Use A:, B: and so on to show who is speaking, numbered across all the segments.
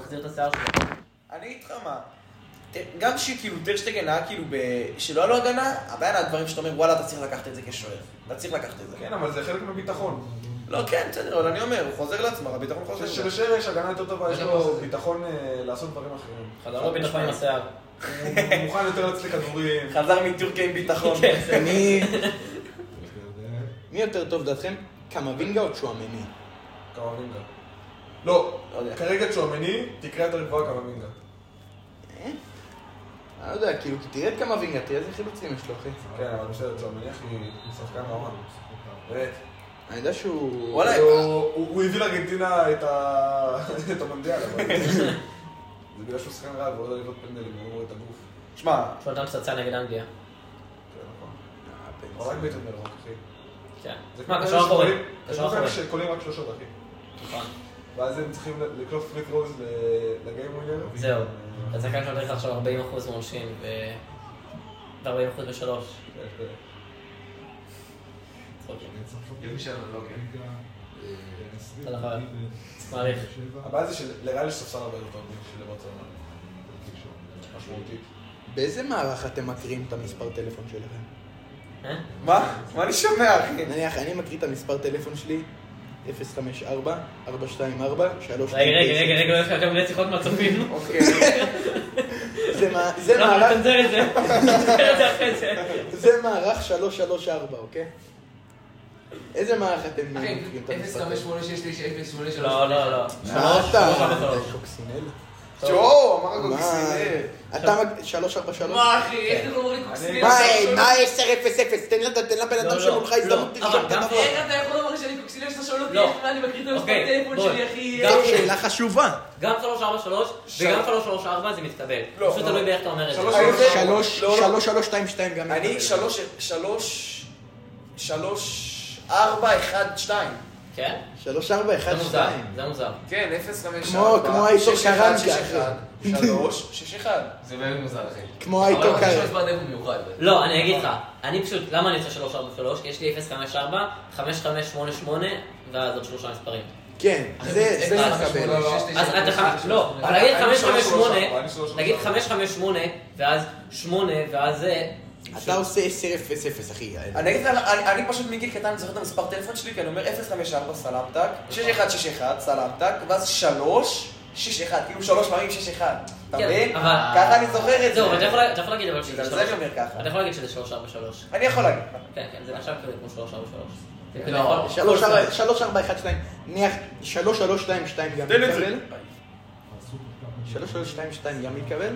A: תסדיר את השיער שלו.
B: אני אגיד לך מה. ת- גם שכאילו טרשטגן היה כאילו ב- שלא היה לו הגנה, הבעיה היה דברים שאתה אומר וואלה אתה צריך לקחת את זה כשוער. אתה צריך לקחת את זה.
C: כן, אבל זה חלק מביטחון.
B: לא, כן, בסדר, אבל אני אומר, הוא חוזר לעצמו, הביטחון חוזר. אליו.
C: כשלשוער יש הגנה יותר טובה, יש
A: זה
C: לו
A: זה.
C: ביטחון אה, לעשות דברים אחרים. אה,
A: חזרנו ביטחון לא עם השיער.
C: הוא מוכן יותר להצליח כדורים.
B: חזר מטורקיה עם ביטחון.
A: כן, זה-
D: אני... מי יותר טוב דעתכם? קמבינגה או צ'ואמני?
C: קמבינגה. לא,
B: לא יודע.
C: כרגע צ'ואמני, תקרא יותר גבוהה קמבינגה.
D: אני לא יודע, כאילו, כי תראה את קמבינגה, תראה איזה חילוצים יש לו, אחי.
C: כן, אבל בסדר, צ'ואמני אחי, הוא שחקן רמה. באמת.
D: אני יודע שהוא...
B: וואלה,
C: הוא- הוא הוא הביא לארגנטינה את ה- את המונדיאל, אבל... זה בגלל שהוא שחקן רע, והוא לא יודע לבנות פנדלים, הוא לא רואה את הגוף.
B: שמע,
A: שהוא נתן פצצה נגד אנגליה.
C: כן, נכון.
D: אה, בן
C: אבל רק
D: זונה.
C: ביתר מרחוק, אחי.
A: כן.
C: זה
A: מה,
C: כמו
A: קשור
C: כאלה
A: אחורי.
C: שקולים- זה
A: קשור
C: כמו
A: אחורי.
C: כאלה שקולים רק שלושות, אחי.
A: נכון.
C: ואז הם צריכים לקלוף פריט רוז לגיים ווינר.
A: זהו. אתה שחקן שנותן לך עכשיו 40% מעונשין ו... ו-40% בשלוש. צחוקים. יאללה, חבל. מעריך.
C: הבעיה זה שלריאל יש ספסל הרבה יותר טוב משלברצלונה. משמעותית.
D: באיזה מערך אתם מקריאים את המספר טלפון שלכם?
A: אה?
B: מה? מה אני שומע, אחי?
D: נניח, אני מקריא את המספר טלפון שלי, 054 424 3
A: רגע, רגע, רגע, רגע, לא, יש לך יותר מיני שיחות מהצופים.
B: אוקיי.
D: זה
A: אנחנו
D: מערך-
A: נצנזר את זה. נצנזר את זה אחרי זה.
D: זה מערך 334, אוקיי? איזה מערך אתם מקריאים את המספר טלפון?
E: 058
A: לא, לא, לא.
D: מה אתה?
A: שלוש.
D: אתה קוקסינל?
B: ג'ו, אמר
D: מה?
B: הגוגסינל.
D: אתה מק... 343?
E: מה אחי, איך אתם אומרים
C: אני-
E: קוקסינל?
D: מה, מה 1000? תן לה- תן לבן
A: לא,
D: אדם
A: לא,
D: שמולך
A: לא.
D: הזדמנות
A: אבל
D: לרשום את
A: גם
D: הדבר.
E: איך אתה יכול לומר שאני קוקסינל שאתה שואל אותי
A: לא.
E: איך אני מקריא את המספר
A: אוקיי,
E: טלפון
A: בוא.
E: שלי אחי?
A: גם-
D: זו
B: כן.
D: שאלה חשובה.
A: גם 343 וגם 334 זה מתקבל.
B: לא,
A: פשוט
B: לא.
A: תלוי באיך אתה אומר את זה.
B: שלוש-
C: אני-
B: שלוש-
D: 3322 גם...
B: לא, אני
D: מתקבל.
B: שלוש, שלוש, שלוש, ארבע, אחד, שתיים.
A: כן? זה מוזר,
D: 3412.
A: זה מוזר.
B: כן, אפס, חמש,
D: כמו- כמו האיתור קרנקה, אחי.
B: שלוש, שש, אחד.
E: זה באמת מוזר אחי.
D: כמו הייתו
E: אבל
D: כאלה.
E: יש מספר טלפון מיוחד.
A: לא, אני אגיד לך, אני פשוט, למה אני עושה 343? כי יש לי 054, 5588, ואז עוד שלושה מספרים.
D: כן, זה זה
A: אה,
D: מקבל.
C: שמונה,
A: אז אתה חייב, לא, אבל נגיד
C: אני שלוש, שלוש,
A: 558,
C: אני שלוש, שלוש,
A: נגיד
C: שלוש.
A: 558, ואז 8, ואז זה...
D: אתה עושה 1000 אחי.
B: אני אגיד לך, אני- אני פשוט מגיל קטן זוכר את המספר טלפון שלי, כי אני אומר 054 סלמתק, 6161 סלמתק, ואז שלוש, שש, אחד, כאילו שלוש פעמים שש, אחד. אתה
A: כן,
B: מבין?
A: אבל-
B: ככה אני זוכר את זה.
A: זהו, אבל אתה יכול- אתה יכול להגיד אבל שזה
B: בגלל זה
A: שלוש-
B: אני אומר ככה.
A: אתה יכול להגיד שזה 343.
B: אני יכול להגיד.
A: כן, כן, זה נחשב כזה כמו 343. זה
E: לא.
A: כאילו יכול-
D: 3412. נניח 3322 גם מתקבל. 3322 גם מתקבל.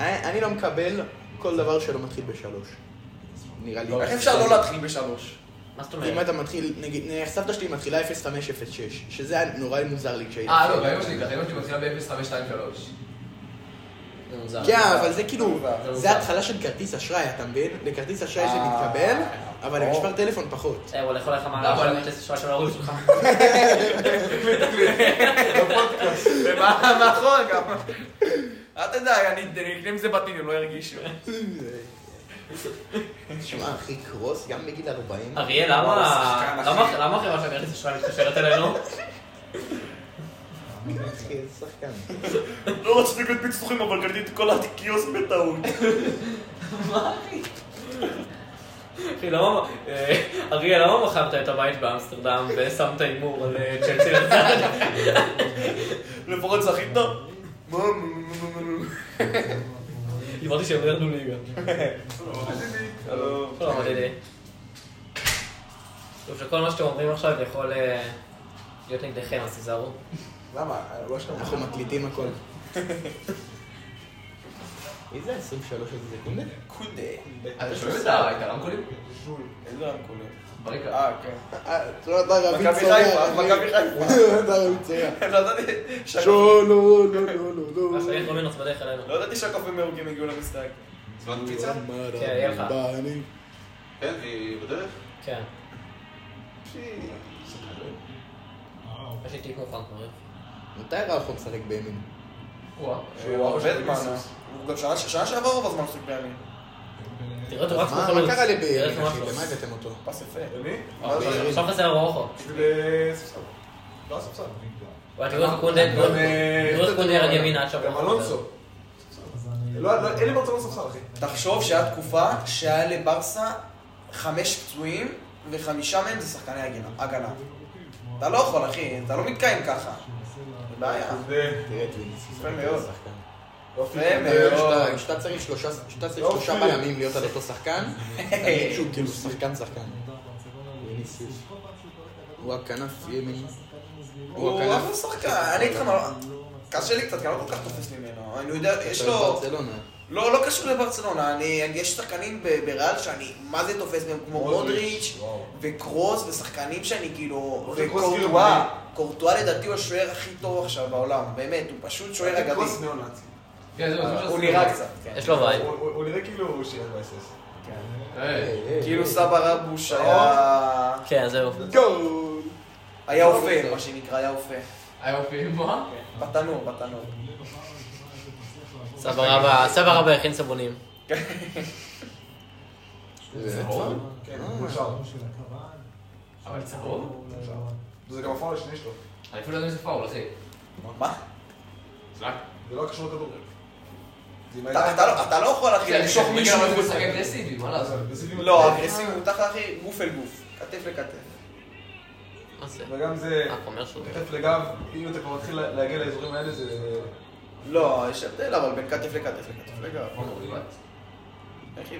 D: אני אני לא מקבל כל דבר שלא מתחיל בשלוש. נראה לי. אה,
B: איך אפשר לא להתחיל בשלוש?
A: מה זאת
D: אם
A: אומרת?
D: אתה מתחיל, נגיד, נניח סבתא שלי מתחילה 0506, שזה היה נורא מוזר לי כשהייתי.
E: אה לא, באמא שלי ככה, אמא שלי מתחילה ב-0523.
A: זה מוזר.
D: כן, אבל זה כאילו,
A: זה
D: זה
A: מוזר.
D: התחלה של כרטיס אשראי, אתה מבין? לכרטיס אשראי זה
B: אה,
D: מתקבל, אבל
B: ברור.
D: למספר טלפון פחות.
A: אה, הוא הולך לך
E: לא,
A: מהרב
E: אבל-
A: של המטס שואה של ההורים שלך.
B: מאחור נכון, גם. אל תדאג, אני אני אקנה עם זה בתים, הם לא ירגישו.
D: תשמע, אחי, קרוס גם בגיל 40.
A: אריה,
B: וואו,
A: למה...
B: שחקן,
A: למה- למה החברה של ארץ ישראל מתקשרת אלינו?
D: אחי, איזה שחקן.
B: לא רציתי לקנות פיצוחים, אבל קניתי את כל הקיוסק בטעות.
A: אחי, למה... אה, אריה, למה מכרת את הבית באמסטרדם ושמת הימור על אה, צ'לסי לצד?
B: לפחות זכית? מה?
A: אמרתי שהם לא ירדו ליגה.
B: שלום.
A: שלום, ידידי. אה. טוב, שכל מה שאתם אומרים עכשיו יכול אה, להיות נגדכם, אז תיזהרו. אה,
C: למה? הוא אשכרה
D: אנחנו
C: מוכן.
D: מקליטים הכל. מי זה 23 איזה זקונדה?
B: קונדה.
E: אתה שומע את ה- את הרמקולים?
C: ז'ול.
B: איזה רמקולים?
E: ברקע.
B: אה, כן.
D: אתה לא יודע, רביד
B: מכבי חיפה, מכבי חיפה.
D: צורח.
B: לא ידעתי שהקופים-
D: שולו, לא, לא, לא, לא.
A: עכשיו יש רומינוס בדרך אלינו.
B: לא ידעתי שהקופים הירוקים הגיעו למשחק.
F: זמן פיצה?
A: כן, יהיה לך.
D: בני.
F: כן, והיא בדרך?
A: כן. יש לי תיק מוכן כבר.
D: מתי רלחו משחק בימין?
E: וואה.
B: שהוא הרבה זמן. הוא גם שנה- שנה שעבר הוא בזמן מספיק פעמים.
A: תראה אותו רץ כמו
D: מה מה
A: חלוץ.
D: קרה
A: תראה
D: לבימין,
A: אותו רץ
D: אחי?
A: כמו
D: למה
A: חלוץ.
D: הבאתם אותו?
B: פס יפה.
C: למי?
A: עכשיו חסר רוחו.
C: בשביל אה, ספסל. לא הספסל.
A: תראו איך קונדה
C: גם, אה,
A: תראו איך קונדה ירד ימינה עד
C: גם
A: שבוע.
C: אלונסו.
G: אז אני...
C: לא, לא, אין לי ברצלונה ספסל, אחי.
B: תחשוב שהיה תקופה שהיה לברסה חמש פצועים וחמישה מהם זה שחקני הגנה- הגנה. אתה לא יכול, אחי, אתה לא מתקיים ככה. זה בעיה.
C: זה-
D: תראה את ליגס.
B: יפה מאוד.
D: שחקן.
C: לא
B: יפה
C: פיליפ,
B: מאוד.
D: כשאתה- כשאתה צריך שלושה- כשאתה צריך
C: לא
D: שלושה
C: אופיר.
D: בלמים להיות על אותו שחקן, תמיד שהוא כאילו שחקן שחקן. ויניסיוס. הוא הכנף ימין.
B: הוא
D: הכנף.
B: אחלה שחקן, אני איתך מה... הכעס שלי קצת, כי אני לא כל כך תופס ממנו. אני יודע, יש
D: אתה
B: לו...
D: ברצלונה.
B: לא, לא קשור לברצלונה, אני... יש שחקנים ב- בריאל שאני מה זה תופס מהם, כמו מודריץ'
C: וואו.
B: וקרוס ושחקנים שאני כאילו...
C: מודריץ', קרוס,
B: וקורטואה. קורטואה לדעתי הוא השוער הכי טוב עכשיו בעולם, באמת, הוא פשוט שוער אגדי. אה,
C: קרוס ניאו-נאצי.
E: כן, זהו, זה
B: הוא
E: מה שעשיתי.
B: נראה קצת. כן.
A: יש לו וייב.
C: הוא- הוא הוא נראה כאילו שיהיה באסס.
D: אה,
E: היי.
B: כאילו סבא רבוש היה... לא
A: כן, זהו.
D: גול!
B: היה אופה, מה שנקרא, היה אופה.
E: היה אופי מה?
B: אוקיי. בתנור, בתנור.
A: סבא רבא, סבא רבא הכין סבונים.
D: אה.
C: כן, הוא שר.
E: אבל צהוב?
C: זה גם הפועל השני שלו.
E: אני אפילו לא יודע אם זה פאול, אחי.
B: מה?
C: זה לא קשור לכדורגל. זה עם
B: אתה-
C: הידיים.
B: אתה לא- אתה לא יכול, אחי, למשוך
E: כן,
B: מישהו
E: אבל הוא
B: מחוץ
E: משחק
B: לכלא.
E: אגרסיבי, מה לעשות?
C: וסיבים-
B: לא, אגרסיביות, תחת אחי, גוף אל גוף, כתף לכתף.
A: מה זה?
C: וגם זה,
A: אה, חומר שהוא.
C: כתף לגב, אם אתה כבר מתחיל לה- להגיע לאזורים האלה זה...
B: לא, יש הבדל אבל בין כתף לכתף לכתף לגב.
E: מה, הוא לבד?
B: איך הבנת?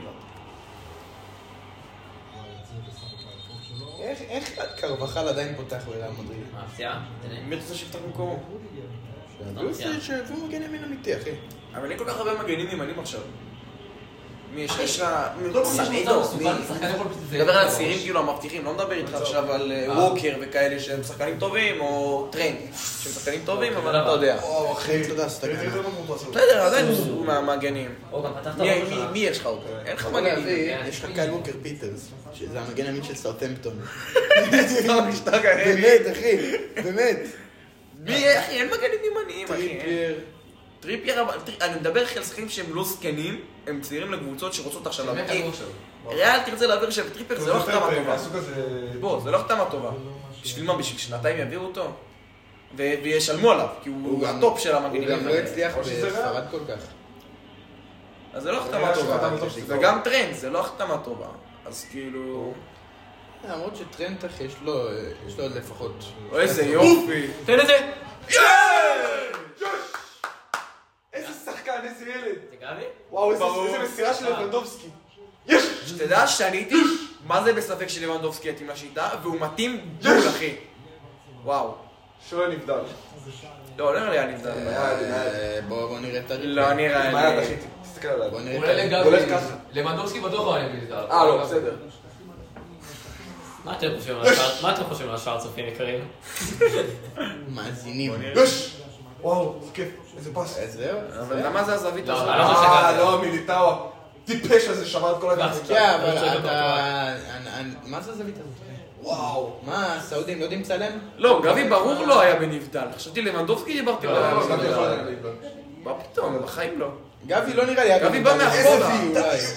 D: איך- איך קרבחל עדיין פותח בריאל מדריד?
A: מה, הפתיעה?
B: מי אתה רוצה שיפתח במקומו?
D: הוא עושה שהוא מגן ימין אמיתי, אחי.
B: אבל אין כל כך הרבה מגנים ימנים עכשיו. מי יש
A: אחי,
B: יש לה... מי-
E: כל פעם שיש
B: סמדו,
E: מצב מסוכן,
B: מי-
E: שחקן יכול פשוט לזייף
B: מדבר על
E: את הראש.
B: הצעירים כאילו המבטיחים, לא מדבר איתך עכשיו על אה,
E: אה.
B: ווקר וכאלה שהם שחקנים טובים, או טרנד, שהם שחקנים טובים, אבל
A: דבר.
B: אתה יודע.
D: או, אחי, אתה יודע, הסתגנה.
B: בסדר, עדיין הוא מהמגנים.
A: או, גם אוקיי, פתחת
B: מי-
A: בראש
B: מי-
A: שלך.
B: מי יש לך עוד? אין לך
D: אתה
B: מגנים.
D: להביא, יש לך קייל ווקר פיטרס, שזה המגן הימין של סאוטהמפטון.
B: באמת.
D: באמת, אחי, באמת.
B: מי, אחי, אין מגנים ימניים,
D: אה,
B: אחי. אין.
D: טריפייר.
B: טריפייר, אבל- טרי- אני מדבר אחי על שחקנים שהם לא זקנים, הם צעירים לקבוצות שרוצות עכשיו
E: שווה
B: להביא.
E: כדור שם.
D: לא-
B: ריאל תרצה להעביר שם טריפייר, זה לא החתמה טובה.
C: מהסוג הזה...
B: בוא, זה לא החתמה טובה. בשביל מה, בשביל שנתיים יביאו אותו? ו- וישלמו עליו, כי
D: הוא
B: הוא
D: גם-
B: הטופ של
D: הוא
B: המגנים.
D: גם לא הצליח
C: או שזה
D: בספרד כל כך.
B: אז זה לא
C: זה
B: החתמה
C: נראה שהחתמה
B: טובה.
C: טוב שזה
B: וגם טרנד, זה לא החתמה טובה. אז כאילו...
D: אה, למרות שטרנט אחי, יש לו אה, יש לו עוד לפחות.
B: אוי, איזה יופי.
A: תן את זה!
C: איזה שחקן, איזה ילד!
A: זה גבי?
C: וואו, איזה-
B: ברור.
C: איזה מסירה של לבנדובסקי.
B: שתדע שאני הייתי, מה זה בספק שלוונדובסקי יתאים לשיטה, והוא מתאים בול, אחי. וואו.
C: שוער נבדל.
B: לא, לא נראה לי היה נבדל.
D: אה, בואו נראה את הריפ.
B: לא נראה
C: מה יד
B: לי.
C: אחי? תסתכל עליו.
D: בואו
E: הוא
D: נראה
E: עולה
D: את הריפ.
E: לגבי,
C: הולך ככה.
E: לבנדובסקי בטוח לא היה נבדל.
C: אה, לא, בסדר.
A: מה אתם חושבים על השאר- מה אתם חושבים על השאר צופים יקרים?
D: מאזינים.
C: יוש! וואו, זה כיף. איזה פס.
D: אז זהו.
B: אבל למה זה הזווית
E: לא,
B: הזאת?
E: לא
C: אה,
E: חושב ככה.
C: לא, מיליטאו. טיפש הזה שבר את כל הגלחים.
D: כן, אבל אתה... מה זה הזווית הזאת?
C: וואו.
D: מה, הסעודים לא יודעים לצלם?
B: לא, גבי ברור לא היה בנבדל. חשבתי לבנדובסקי דיברתי
E: לא,
B: עליו.
E: לא,
C: גם
E: לא.
C: יכול להיות נבדל.
B: מה פתאום, בחיים לא.
D: גבי לא נראה לי... היה
B: גבי בא
D: בנבדל.
B: מאחורה.
D: איזה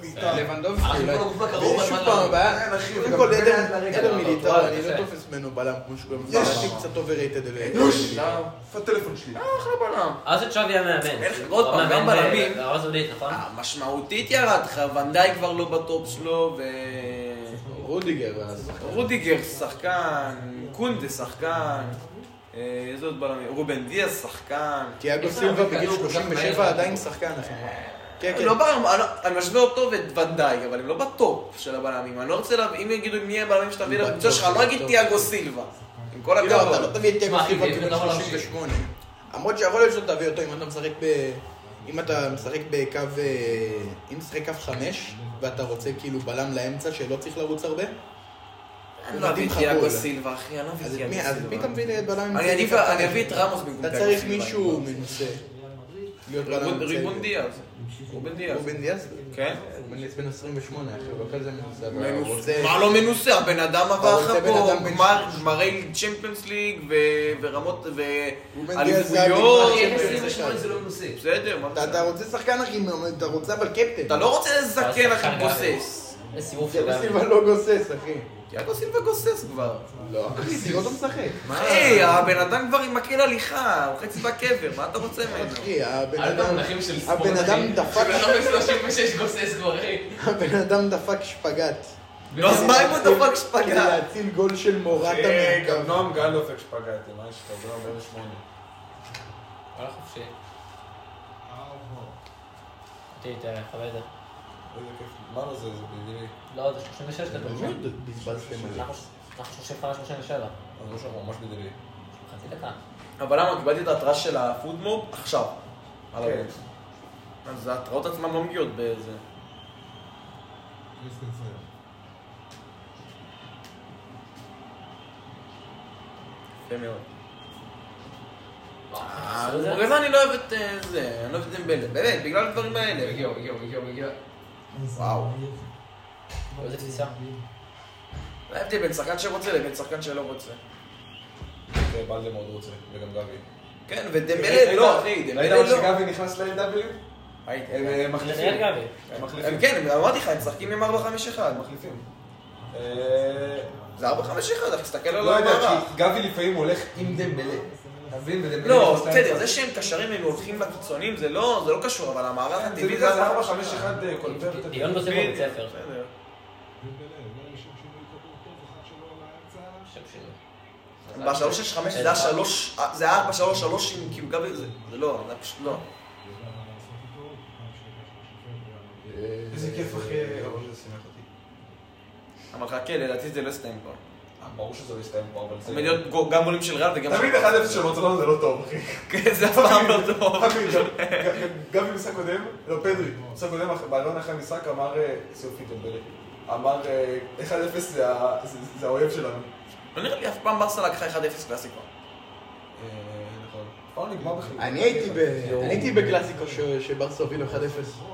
D: וי, אולי. לבנדובסקי
E: אנחנו
D: אולי.
E: כל הגוף הקרוב,
D: ושוב
E: אבל-
D: פעם הבעיה,
C: כן, אחי,
D: קודם
C: וגם
D: כל
C: בין
D: עדר-
C: היד לרגל,
D: עדר
A: אבל
D: מיליטאו,
A: וואלה,
D: אני
A: יפה.
D: לא תופס ממנו בלם כמו שהוא גם...
C: יש.
D: לדעתי קצת overrated אליהם.
C: איפה הטלפון שלי?
B: אחלה בלם.
A: אז את שווי המאמן. אה,
B: איך- עוד פעם, גם בלמים.
A: ארז עודית, נכון?
B: אה, משמעותית ירד לך, ונדאי כבר לא בטופ שלו, ו...
D: רודיגר אז.
B: רודיגר שחקן, קונדה שחקן, אה, איזה עוד בלמים? רובן דיאס שחקן.
D: תיאגו
E: איזה
D: סילבה
E: הרבה
D: בגיל
E: כדור,
D: 37
E: כמה
D: עדיין
E: מהר.
D: שחקן אחי. כן, כן.
B: לא ברמה, אני- אני משווה אותו ואת ונדאי, אבל הם לא בטופ של הבלמים. אני לא רוצה להביא, אם יגידו מי הבלמים שאתה מביא
D: הם
B: לקבוצה
D: בטופ,
B: שלך, אני לא
D: הם
B: אגיד
D: בטופ.
B: תיאגו סילבה. עם כל
D: כאילו, אתה
B: הכבוד.
D: לא תביא את תיאגו
E: מה,
D: סילבה
E: אם
D: כאילו
E: אתה יכול
D: בן
E: להמשיך.
D: 38. למרות שיכול להיות שאתה תביא אותו אם אתה משחק ב... אם אתה משחק בקו... אה, אם משחק קו חמש, ואתה רוצה כאילו בלם לאמצע שלא צריך לרוץ הרבה,
B: אני לא אביא
D: מתאים לך
B: תיאגו
D: בול.
B: סילבה, אחי, אני לא אביא
D: אז
B: תיאגו
D: מי- אז מי אתה
B: סילבה.
D: מביא לבלם?
B: אני אביא- אני אביא את רמוס במקום
D: אתה
B: תיאגו
D: צריך
B: סילבה.
D: מישהו מנוסה. להיות בלם
B: ריבון-
D: אמצעי.
B: ריבון דיאז. רובן דיאז.
D: רובן דיאז?
B: כן.
D: רובן דיאז בן 28, אחי, הוא לא כזה מנוסה. אבל הוא
B: מנוסה.
D: רוצה-
B: מה לא מנוסה? הבן אדם עבר
D: רוצה
B: לך
D: בן
B: פה
D: אדם בן
B: גמר- גמרי צ'מפיונס ליג ו- ורמות
D: רובן דיאז זה היה
B: ואליפויות.
D: בגמר
E: אחי, איך
D: צ'מפיונס.
E: 28 זה לא מנוסה?
B: בסדר, מה
D: אתה אתה רוצה שחקן אחי, אתה רוצה אבל קפטן.
B: אתה לא רוצה איזה
A: אתה
B: זקן
A: שחקן
B: הכי
A: גדול.
B: בוסס.
A: לסיבוב של
G: תיאגו
A: גבי.
G: סילבה לא גוסס, אחי.
B: תיאגו סילבה גוסס כבר.
G: לא, אחי, תראו אותו משחק.
B: היי, הבן אדם כבר עם מקל הליכה, הוא חצי בקבר, מה אתה רוצה ממנו?
G: אחי, הבן
E: אל
G: אדם...
E: במונחים של ספורט,
G: הבן אדם
E: אחי.
G: דפק-
E: בן אדם בן 36 גוסס כבר, אחי.
G: הבן אדם דפק שפגאט.
B: נו, אז מה אם הוא דפק
G: כדי
B: שפגע?
G: להציל גול של מורטה
C: אה, גם
G: מהקו.
C: נועם גל דופק שפגעתי, מה יש לך? זה לא 48.
A: כל החופשי. אותי תכבד את זה.
C: איזה כיף. מה לא זה, זה בדיוק.
A: לא, זה 36 כתוב שם.
G: מאוד בזבזתם עליו.
A: אנחנו אנחנו 35 37.
C: אני לא שומע, ממש בדיוק.
A: חצי דקה.
B: אבל למה, קיבלתי את ההתראה של הפודמוב עכשיו. על
C: כן.
B: הבוקר. אז ההתראות עצמן לא מגיעות באיזה... יפה מאוד. אה,
A: עשו את זה?
B: בגלל זה אני לא אוהב את אה, זה, אני לא אוהב את דמבלה, באמת, בגלל הדברים האלה.
E: הגיעו, הגיעו, הגיעו, הגיעו.
B: וואו.
A: איזה תפיסה.
B: זה ההבדל בין שחקן שרוצה לבין שחקן שלא רוצה.
C: בלדה מאוד רוצה, וגם גבי.
B: כן,
E: אה,
B: ודמבלה לא, אחי,
C: ראית
B: דמבלה
C: אבל
B: לא.
C: שגבי נכנס ל-NW?
B: ראיתי.
C: הם אה, מחליפים.
A: נתנאל גבי.
C: הם
B: הם
C: מחליפים.
B: כן, הם- אמרתי לך, הם משחקים עם 451.
C: הם מחליפים. אה,
B: זה 451, אתה תסתכל על
C: לא יודע,
B: המערך.
C: כי גבי לפעמים הולך עם דמבלה. אתה מבין? ודמבלה...
B: לא,
C: נכנס
B: בסדר,
C: לאמצע.
B: זה שהם קשרים הם הולכים לקיצונים, זה לא זה לא קשור, אבל המערך
C: אה, כן, זה
B: הטבעי
C: בגלל
B: זה...
C: 451 אה, קונברט.
A: דיון בסיבוב בבית ספר.
B: בסדר.
A: שם שינוי.
B: ב-365 זה היה 3, זה היה 433 עם כאילו גבי, זה זה לא, זה היה פשוט לא.
C: אה, איזה כיף אחי, אבל זה שימח אותי.
B: אבל חכה, לדעתי זה לא יסתיים פה.
C: אה, ברור שזה לא יסתיים פה, אבל זה...
B: עומד להיות גו- גם גולים של ריאל וגם...
C: תמיד 1-0 של ברצלונה זה לא טוב, אחי.
B: כן, זה אף פעם לא טוב.
C: תמיד. גם במשחק קודם, לא, פדרי, במשחק קודם, אח- בעלון אחרי המשחק אמר, אה, סופי דמבלי, אמר, אה, 1-0 זה ה- זה- זה האויב שלנו.
B: לא נראה לי אף פעם ברסה לקחה 1-0 קלאסיקו.
C: אה, נכון. כבר נגמר אה, בכלל.
G: אני הייתי ב... אני הייתי בקלאסיקו ש- שברסה הובילו 1-0.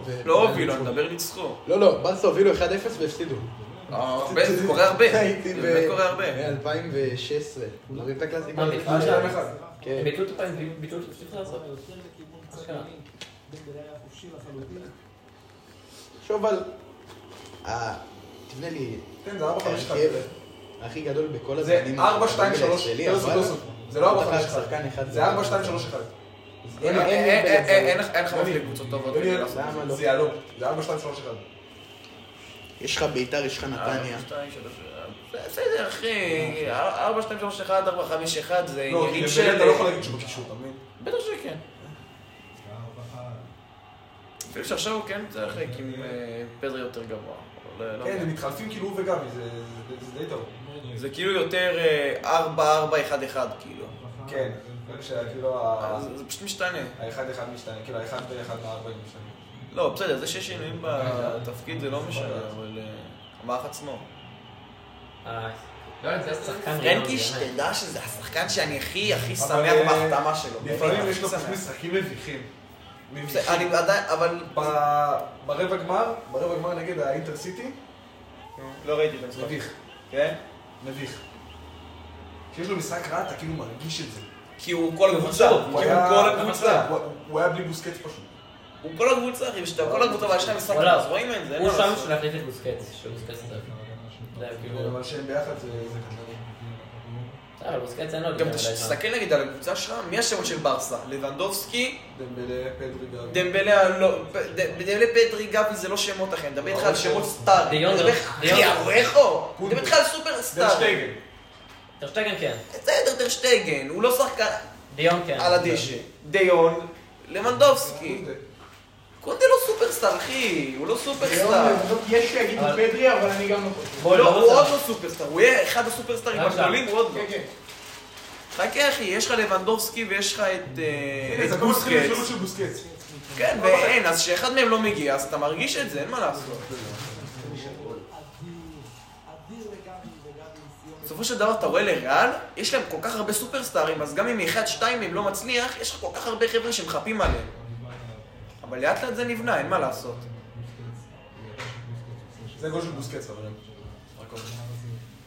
G: ו-
B: לא הובילו, אני מדבר ניצחו.
G: לא, לא, ברסה הובילו 1-0 והפסידו.
B: הרבה, זה קורה הרבה.
G: הייתי
B: זה
G: ב...
B: באמת קורה הרבה.
G: 2016. זוכרים את הקלאסיקו? הזה?
A: אה,
C: אה, שתיים אחד.
G: כן.
A: הם ביטלו את הפעמים, ביטלו את הפסיכו לעשות.
G: תחשוב על... ה- אה, תבנה לי
C: כן, זה 4-5-1.
G: הרכב הכי גדול בכל
D: לא,
C: זה
G: הזמנים.
C: 4-2-3,
G: שלי,
C: פרס
G: אבל-
C: ודוסון. זה לא 4-5-1.
G: אתה חייב שחקן אחד.
C: זה 4-2-3-1.
G: אז
B: אין-
G: אין-
B: אין-
G: אין-
B: אין-
G: אין-
B: אין אין- אין לך מספיק קבוצות טובות. אה,
C: אדוני,
B: לעשות.
G: למה לא?
C: זה יהלום. זה 4-2-3-1.
G: יש לך ביתר, יש לך
D: אה,
G: נתניה.
D: לא,
B: שתיים, שלוש, אה, בסדר, אחי. 4, 2, 3, 1, 4, 5, 1 זה
C: לא,
B: עניינים
C: כי
B: של...
C: באמת אתה לא יכול להגיד שבקישור, אתה מבין?
B: בטח כן. שכן. אפילו שעכשיו הוא כן צריך עם אה, פדרי יותר גבוה. אבל, אה, לא
C: כן,
B: יודע.
C: הם מתחלפים כאילו הוא וגבי, זה- זה- זה די טוב.
B: זה כאילו יותר 4, 4, 1, 1 כאילו.
C: כן, רק שכאילו ה-
B: אז זה פשוט משתנה.
C: האחד אחד משתנה, כאילו האחד ואחד מהארבעים משתנה.
B: לא, בסדר, זה שיש שינויים בתפקיד זה לא משנה, אבל... אה, המערך עצמו.
A: אה,
E: יונתן, זה השחקן.
A: שחקן
B: פרנקיש,
A: ריאל, באמת.
B: תדע שזה השחקן שאני הכי הכי
C: אבל,
B: שמח
C: אה,
B: בהחתמה שלו.
C: לפעמים
B: לא, באמת,
C: יש לו
B: הכי
C: פשוט
B: שמח.
C: משחקים מביכים.
B: בסדר, אני עדיין, אבל...
C: ב- ברבע גמר, ברבע גמר נגד האינטרסיטי,
B: לא ראיתי את המשחק.
C: מביך,
B: כן?
C: מביך. כשיש לו משחק רע, אתה כאילו מרגיש את זה.
B: כי הוא כל הקבוצה,
C: הוא
B: כי הוא
C: היה-
B: כל הקבוצה.
C: הוא- הוא היה בלי בוסקט פשוט.
B: הוא כל הקבוצה, אחי, כשאתה כל הקבוצה אבל יש להם משחק,
A: וואלה.
B: אז רואים את זה, לא אין
A: הוא
B: מה
A: שם
B: לעשות.
A: בשביל להחליף את בוסקץ, שבוסקץ זה... זה היה כאילו...
C: אבל שהם ביחד זה זה כנראה.
A: אבל בוסקץ אין לו...
B: גם
A: יותר מדי זמן.
B: תסתכל נגיד על הקבוצה שלך, מי השמות של ברסה? לבנדובסקי,
C: דמבלה, פדרי גבי.
B: דמבלה, לא, פ- ד- דמבלה פדרי גבי זה לא שמות אחי, אני מדבר איתך על שמות סטאר. אני
A: דיון, לא-
B: מדבר איתך-
A: דיון.
B: אחי, ארוחו! אני
C: קונדה.
B: מדבר איתך על סופר סטאר.
C: דרשטייגן.
A: טרשטגן כן.
B: בסדר, טרשטייגן, הוא לא שחקן
A: דיון כן.
B: על הדשא. דיון, לבנדובסקי.
C: קונדה.
B: קונדה לא סופרסטאר, אחי, הוא לא סופרסטאר.
G: יש שיגידו פדרי, אבל אני גם לא חושב.
A: בוא,
B: לא, הוא
A: לא
B: עוד
A: רוצה...
B: לא סופרסטאר, הוא יהיה אחד הסופרסטארים
A: רק שם.
B: הגדולים, הוא עוד לא.
G: כן, כן.
B: חכה אחי, יש לך לבנדובסקי ויש לך את אה,
C: הנה, זה
B: את
C: הכל מתחיל
B: בוסקץ.
C: בשירות של בוסקץ.
B: כן, ואין, אז כשאחד מהם לא מגיע, אז אתה מרגיש את זה, אין מה לעשות. בסופו של דבר אתה רואה לריאל, יש להם כל כך הרבה סופרסטארים, אז גם אם אחד, שתיים הם לא מצליח, יש לך כל כך הרבה חבר'ה שמחפים עליהם. אבל לאט לאט זה נבנה, אין מה לעשות.
C: זה גול של בוסקץ, חברים. הכל.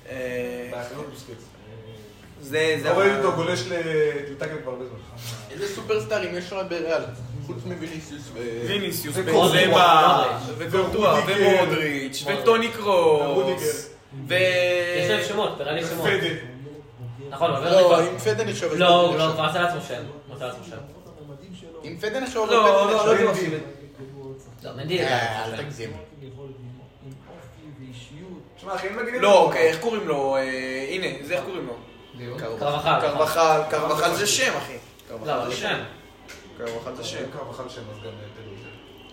B: אה,
C: באחריות בוסקץ.
B: זה...
C: זה
B: זה...
C: לא ראיתי
B: ה- אה,
C: אותו גולש לטלטקל כבר הרבה זמן.
G: איזה סופרסטארים יש לך בריאל?
D: חוץ מוויניסיוס ו...
G: ויניסיוס,
C: וקורטואה.
G: בנזמה, וקורטואה,
C: ורודיגר.
G: ומודריץ', וטוני קרוס, ו...
B: לא-
A: יש להם שמות, תראה לי שמות.
C: פדה.
A: נכון, אבל
D: לא,
A: ורדיק
D: עם פדן נחשב...
A: לא, הוא לא, הוא עשה לעצמו שם. הוא עשה לעצמו שם.
D: עם פדן נחשב...
G: לא, לא, לא, לא,
C: מנדי.
G: לא,
A: לא, מנדי זה
D: אה,
A: היה
D: אל
A: לעצמו שם.
D: תגזים.
C: תשמע, אחי, אין מגניב.
G: לא, אוקיי, איך קוראים לו? אה, הנה, זה איך קוראים לו?
E: ליאור?
A: קרבחל.
B: קרבחל, קרבחל זה שם, אחי.
A: לא, אבל
B: קרבחל
A: זה
B: זה שם.
A: שם.
B: קרבחל זה שם.
C: אין קו אחד שם, אז גם אה, תדעו את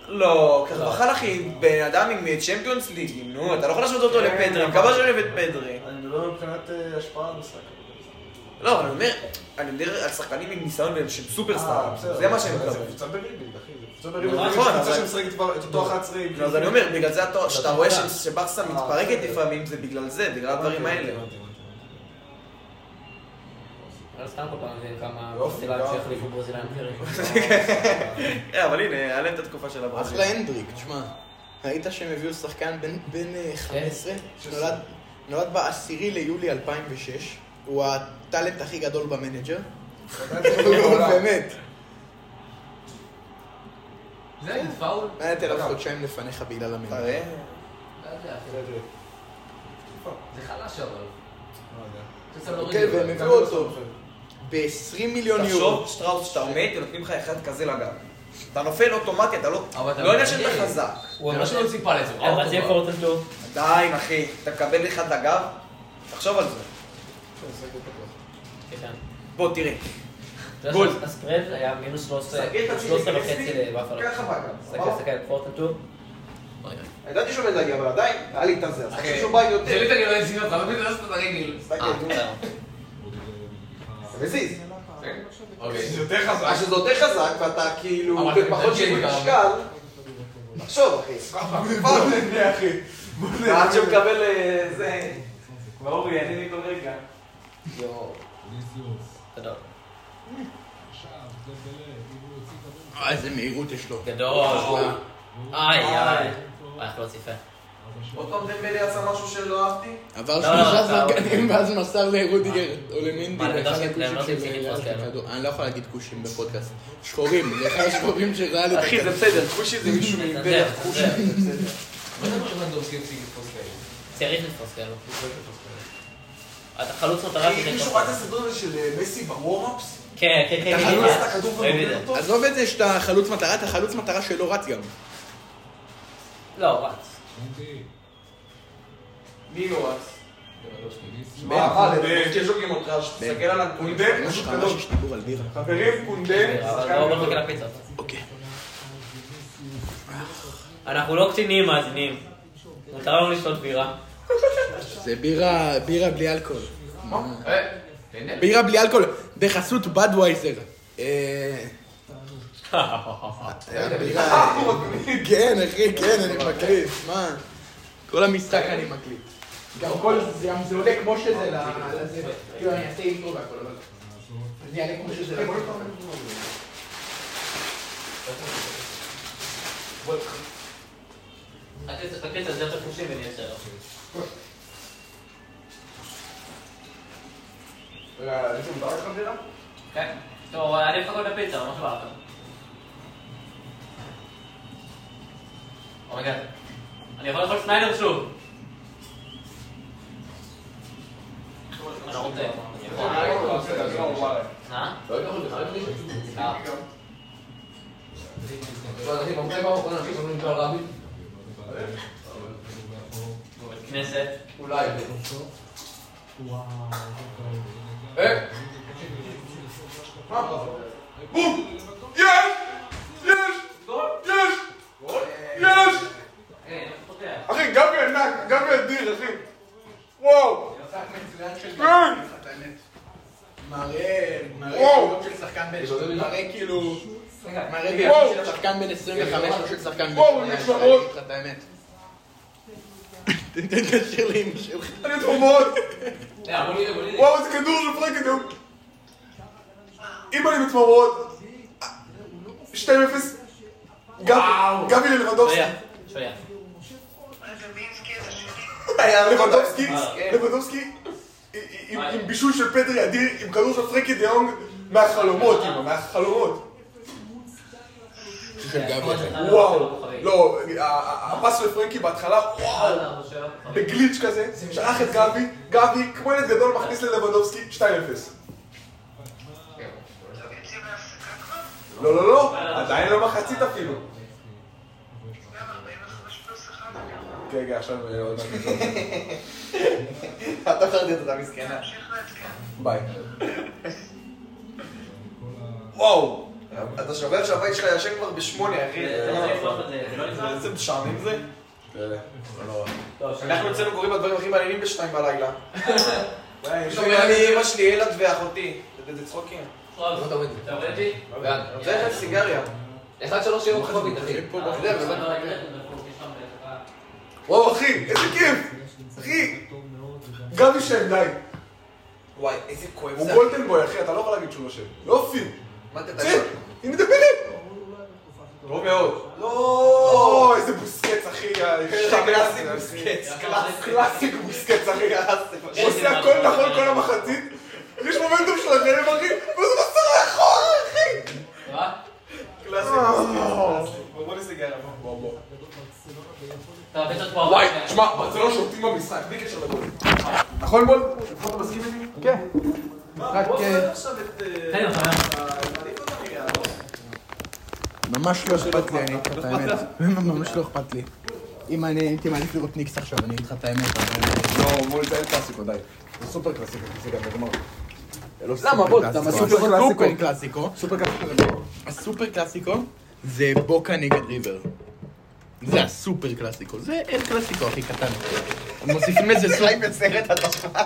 C: זה.
B: לא, קרבחל אחי, בן אדם עם אה, צ'מפיונס ליג, נו, אתה לא יכול להשוות אותו לפדרי, כמה שנים את פדרי.
C: אני מדבר מבחינת אה, השפעה על משחק.
B: לא, אבל אני אומר, אני מדבר על שחקנים עם ניסיון והם שהם
C: אה,
B: סופרסטאר,
C: בסדר.
B: זה מה שאני
C: זה
B: מתכוון.
C: קבוצה בריבית, אחי. זה קבוצה בריבית.
A: נכון,
C: זה קבוצה
B: אבל-
C: שמשחקת כבר את אותו 11 עם-
B: אז אני אומר, בגלל זה אתה- שאתה רואה
A: נקודה.
B: ש- שברסה מתפרקת
C: בסדר. אוקיי,
B: לפעמים, זה בגלל זה, בגלל לא הדברים האלה.
A: אבל סתם כל פעם זה כמה
C: יופי,
A: ברזילאים
C: גם.
A: שהחליפו ברזילאים אחרים.
B: אה, אבל הנה, היה להם את התקופה של הברזיל.
D: אחלה הנדריק, תשמע. ראית שהם הביאו שחקן בן- בן אה, 15? שנולד- נולד ב-10 ליולי 2006. הוא הטאלנט הכי גדול במנג'ר.
C: בעולם.
D: באמת.
E: זה היה פאול?
D: הייתי עליו חודשיים לפניך בגלל המנג'ר.
B: תראה,
E: לא יודע, אחי.
C: בסדר.
E: זה חלש אבל.
C: לא יודע.
E: זה לא
D: אוקיי,
E: רגיל.
D: והם הביאו אותו ב-20 מיליון יורו.
B: תחשוב, שטראוס, שאתה עומד, הם נותנים לך אחד כזה לגב. אתה נופל אוטומטי, אתה לא...
E: אבל אתה
B: לא עניין
E: מגיע.
B: שאתה חזק.
A: הוא
E: זה
A: אמר
E: מה שלא ציפה לזה. הוא ראה
A: אבל
E: אותו
A: זה
E: בא.
A: פורטל טוב.
B: עדיין, אחי, אתה מקבל אחד לגב, תחשוב על זה.
A: כן.
B: בוא, תראה.
A: אתה יודע
B: בול.
A: שהספרד היה מינוס 13
B: סגר את הצ'יז,
A: 13 וחצי
B: תכניס לי,
A: לבאפלו.
B: ככה בגב,
A: סתכל,
B: סבבה?
A: סתכל, פורטל טוב.
B: ידעתי שהוא מזגי, אבל עדיין, היה לי את הזה. אז
E: אחי,
B: חשוב שהוא בא
E: זה
B: יותר.
E: ליטגל לא הזיז אותך, לא מבין לעשות את הרגל. אה,
B: זה מזיז.
E: אוקיי.
C: זה יותר חזק.
B: אז שזה יותר חזק, ואתה כאילו
E: אבל אתה
B: בפחות
E: מתגלגל
B: שיווי
E: גם.
B: משקל. תחשוב, אחי.
C: בוא נהנה, אחי. בוא נהנה.
B: עד שמקבל אה, זה... ואורי, אני מכל רגע.
A: גדול.
D: אה, איזה מהירות יש
A: כן.
D: לו.
A: גדול. איי, אה, לא איי. הלך להוציא יפה.
B: עוד פעם דמבלי עשה משהו שלא אהבתי?
D: עבר
A: לא, לא,
D: שלושה
A: אתה-
D: זרגנים ואז מסר לרודיגר או למינדי.
A: מה, לבדוק
D: לאחד
A: שהם-
D: הכושים
A: הם לא
D: של
A: צריכים
D: ריאל
A: לתפוס כאלה.
D: בכדור. אני לא יכול להגיד כושים בפודקאסט. שחורים, זה אחד השחורים של ריאל.
B: אחי, זה בסדר, כושי זה מישהו
A: תנזר,
B: מבלח כושי.
A: תנזר.
E: מה זה אומר לוונדובסקי הפסיק לתפוס כאלה?
A: צריך לתפוס כאלו. אתה חלוץ מטרה
C: אחי,
A: שזה
C: מישהו ראה את הסרטון הזה של אה, מסי בוורמאפס?
A: כן, כן, כן.
C: אתה
A: כן,
C: חלוץ
A: כן.
C: את הכדור
A: ראיתי את
C: ומוביל
A: זה.
C: אותו?
D: עזוב את זה שאתה חלוץ מטרה, אתה חלוץ מטרה שלא רץ גם.
A: לא, רץ.
B: מי הוא אז?
E: לוונדובסקי.
B: מה, מה,
C: בן.
B: לבוסקי ז'וקים אותך, תסתכל על הנתונים.
C: קונדה,
D: ממש
C: פשוט
D: חבל
C: גדול.
D: שיש דיבור על דירה.
C: חברים, קונדה,
A: אבל
C: שחקן
A: לא
C: גדול.
A: מחכה לפיצות.
D: אוקיי.
A: אנחנו לא קטינים מאזינים. מותר לנו לשתות בירה.
D: זה בירה, בירה בלי אלכוהול.
E: אה, תהנה.
D: בירה בלי אלכוהול, בחסות בדווייזר. אה, הבירה- כן, אחי, כן, אני מקליט, מה? כל המשחק אני מקליט. גם כל זה, גם זה עולה כמו שזה ל- לזה. כאילו, אני אעשה אינטרו והכל, אבל... זה יעלה כמו שזה לכל פעם.
A: חכה, תעזר את החושים ונהיה בסדר.
C: רגע, מישהו מותר לך בירה?
A: כן. טוב, אני מחכה לפיצה, ממש בעבר. אומייגאד. אני יכול לאכול סניידר שוב. אני לא רוצה. אני יכול. אה?
E: לא יודע, אבל בכלל יש לי שיחה. לא, אחי, במוצאי פעם האחרונה, אחי, קוראים לי טל רבין?
A: בבית כנסת.
E: אולי. אה,
C: יש! יש! יש! יש! אחי, גבי ענק, גבי אדיר, אחי. וואו! כן!
D: מראה, מראה
C: וואו.
D: יכולות של שחקן בן... מראה כאילו... מראה
C: וואו.
D: ביחס של שחקן בן 25 או של שחקן בן
C: וואו,
D: 18,
C: יש לו ראש.
D: אני אגיד לך את האמת. תקשר לאמא שלך.
C: אני תרומות!
E: אה, בוא נראה, בוא נראה.
C: וואו, איזה כדור של פרקדו! אם אני בתמרות... 2-0 גבי- גבי ללבדובסקי,
A: שויה. שויה.
C: לבדובסקי,
A: אה.
C: לבדובסקי עם- עם-
A: אה.
C: עם בישול של פדרי אדיר, עם כדור של פרקי דיונג מהחלומות, אמא, מהחלומות.
D: שניכם גם יחד.
A: אה,
C: וואו, לא, ה- ה- הפס לפרנקי בהתחלה, וואו, בגליץ' כזה, שלח את גבי, גבי, כמו ילד גדול, מכניס ללבנדובסקי 2-0.
E: כן.
C: לא, לא, לא, עדיין לא מחצית אפילו. כן, כן, עכשיו אה, עוד מעט.
H: אתה מפרדית אותה מסכנה.
C: ביי.
H: וואו! אתה שומע שהבית שלך ישן כבר בשמונה, אחי.
A: לא,
H: איזה משעמם זה? אנחנו אצלנו קוראים לדברים הכי מעניינים בשתיים בלילה.
C: ביי.
H: שומע לי אמא שלי, אילת ואחותי. זה- זה צחוקים.
E: לא אתה עומד.
A: אתה עובד לי?
E: בעד.
H: זה איך סיגריה.
E: אחד שלוש יהיה בכוכבית, אחי.
C: וואו, אחי, איזה כיף! אחי! גבי שם, די.
H: וואי, איזה כואב
C: הוא
H: זה.
C: גולדנבוי, אחי, אתה לא יכול להגיד שהוא לא שם. לא אופי.
H: מה אתה
C: צא, היא מדברת.
H: טוב מאוד.
D: נכון.
C: לא, איזה בוסקץ, אחי.
H: קלאסיק בוסקץ.
C: קלאסיק בוסקץ, אחי. הוא עושה הכל נכון כל המחצית. יש מומנטום של הגלם, אחי, ואז הוא מסר לאחורה, אחי. אה.
H: קלאסיק בוא בוא נסיגריה. בוא.
A: אתה עובד את כמו...
C: וואי, תשמע, ברצלונה שולטים במשחק, בלי קשר לגול. נכון, בול? אתה מסכים איתי?
D: כן. רק, אה,
A: תן לו, חבר.
D: ממש לא אכפת לי, אני אגיד לך את האמת. ממש לא אכפת לי. אם אני הייתי מעדיף לראות ניקס עכשיו, אני אגיד לך את האמת, אבל...
C: לא, בוא נתאר קלאסיקו, די. זה סופר קלאסיקו, זה גם בגמר.
D: למה בוא, אתה
C: סופר
D: בסופר
C: קלאסיקו. סופר
D: סופר קלאסיקו.
C: קלאסיקו זה גמר.
D: הסופר קלאסיקו זה בוקה נגד ריבר. זה הסופר קלאסיקו, זה אל קלאסיקו הכי קטן. הם מוסיפים לזה סופר. חיים בסרט התשפ"א.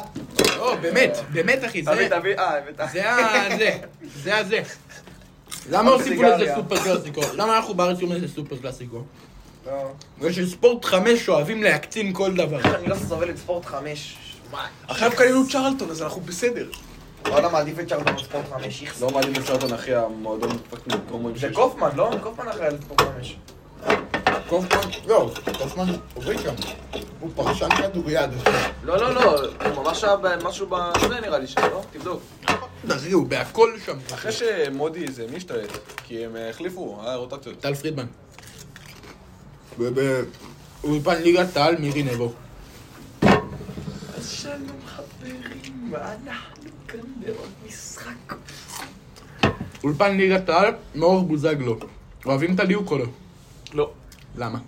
D: לא, באמת, באמת אחי, זה...
B: אה,
D: זה ה... זה, זה ה... זה. למה הוסיפו לזה סופר קלאסיקו? למה אנחנו בארץ קוראים לזה סופר קלאסיקו? בגלל שספורט חמש אוהבים להקצין כל דבר.
H: אני לא סובל את ספורט חמש.
D: עכשיו קנינו צ'רלטון, אז אנחנו בסדר.
H: וואלה מעדיף את שרדון ספורט חמש. איכס.
C: לא מעלים לשרדון, אחי, המועדון פאקינג פרומואים
H: זה קופמן, לא? קופמן אחראי על ספורט חמש.
D: קופמן, לא, קופמן עובד שם. הוא פרשן כדוריד.
B: לא, לא, לא, הוא ממש היה ב- משהו בזה נראה לי שם, לא? תבדוק.
D: אחי, הוא בהכל שם.
I: אחרי שמודי זה, מי השתלט? כי הם אה, החליפו, היה רוטציות.
D: טל פרידמן. באולפן ליגת העל מירי נבו. אז שלום חברים, ואנחנו כאן בעוד משחק. אולפן ליגת העל, מאור בוזגלו. אוהבים את הליהוק או לא?
B: לא.
D: למה?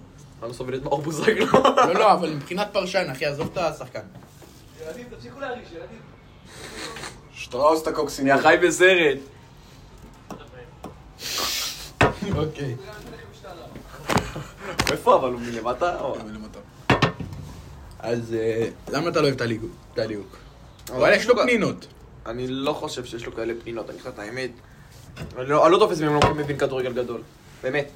B: אני לא סובל את מאור בוזגלו.
D: לא, לא, אבל מבחינת פרשן, אחי, עזוב את השחקן.
C: שטראוס את הקוקסיניה.
B: חי בסרט.
D: אוקיי.
B: איפה אבל הוא מלמטה? או-
D: אז אה, למה אתה לא אוהב את הליהוק? את הליהוק? אבל יש לו פנינות.
B: אני לא חושב שיש לו כאלה פנינות, אני חושב את האמת. אני לא אני לא תופס אם הם לא מבין כדורגל גדול. באמת.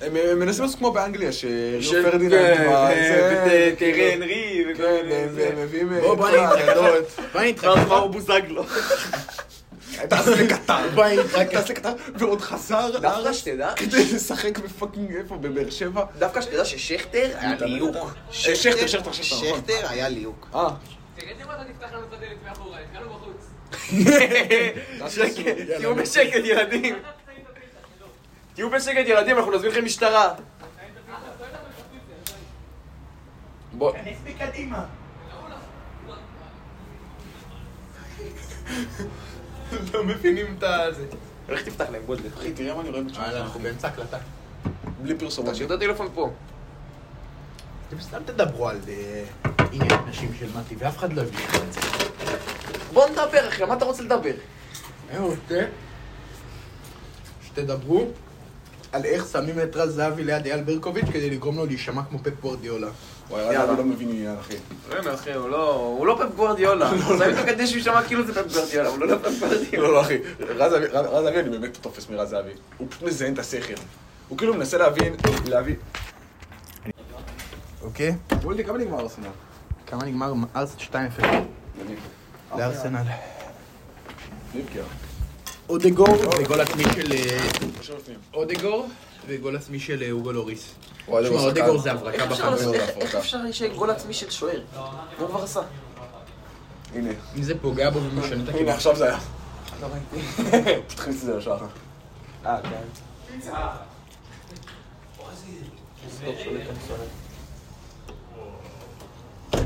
C: הם הם מנסים לעשות כמו באנגליה,
B: של-
C: שריו פרדיננד
B: כן,
C: עם
B: אה,
C: זה,
B: ות- תראה, הנרי וכל
C: כן,
B: מיני
C: הם
B: זה.
C: הם מביאים... אה,
D: בוא, בוא,
C: את
D: אני
C: כל
D: איתך.
C: האגדות.
D: בוא נדחק.
B: ואז מאור בוזגלו.
C: טס לקטר,
D: בוא נדחק.
C: טס לקטר, ועוד חזר
H: דווקא
C: לארץ
H: שתדע,
C: כדי לשחק בפאקינג איפה, בבאר שבע.
H: דווקא שתדע ששכטר היה ליהוק.
C: שכטר, שכטר, שכטר, נכון.
H: שכטר היה ליהוק.
C: אה,
B: שקט, תהיו בשקט ילדים. תהיו בשקט ילדים, אנחנו נזמין לכם משטרה.
C: בוא.
D: לא מבינים את הזה.
B: לך תפתח להם בודלת.
C: אחי, תראה מה אני רואה בתשעה.
D: וואלה, אנחנו באמצע הקלטה.
C: בלי פרסומות.
B: תשאיר את הטלפון פה.
D: אתם סתם תדברו על אה, עניין נשים של מתי, ואף אחד לא הביא לך את זה.
B: בוא נדבר אחי, מה אתה רוצה לדבר?
D: אני רוצה שתדברו על איך שמים את רז זהבי ליד אייל ברקוביץ' כדי לגרום לו להישמע כמו פפ גוורדיאולה.
C: וואי, רז אבי לא מבין עניין, אחי.
B: הנה אחי, הוא לא... הוא לא פפ גוורדיולה. שמים אותו כדי שהוא יישמע כאילו זה פפ גוורדיולה, הוא לא פפ גוורדיולה.
C: לא, לא, אחי. רז אבי- רז- רז אבי, אני באמת תופס מרז זהבי. הוא פשוט מזיין את השכל. הוא כאילו מנסה להבין, להבין...
D: אוקיי?
C: וולדי, כמה נגמר ארסנל?
D: כמה נגמר? ארס 2-0 אוקיי, לארסנל.
C: ליבקר.
D: אודגור וגול עצמי של... אה,
C: יושב בפנים.
D: אודגור וגול עצמי של אה, הוגו לוריס.
C: וואי,
D: תשמע,
C: הוא שחקן.
D: אודגור זה הברקה
B: איך אפשר
D: בחבר.
B: לעשות- איך- איך אפשר להישאר גול עצמי של שוער? הוא כבר עשה.
C: הנה,
D: אם זה פוגע בו ומשנה את הכיוון.
C: הנה, עכשיו זה היה. לא ראיתי. פשוט הכניס את זה לשער.
B: אה, כן.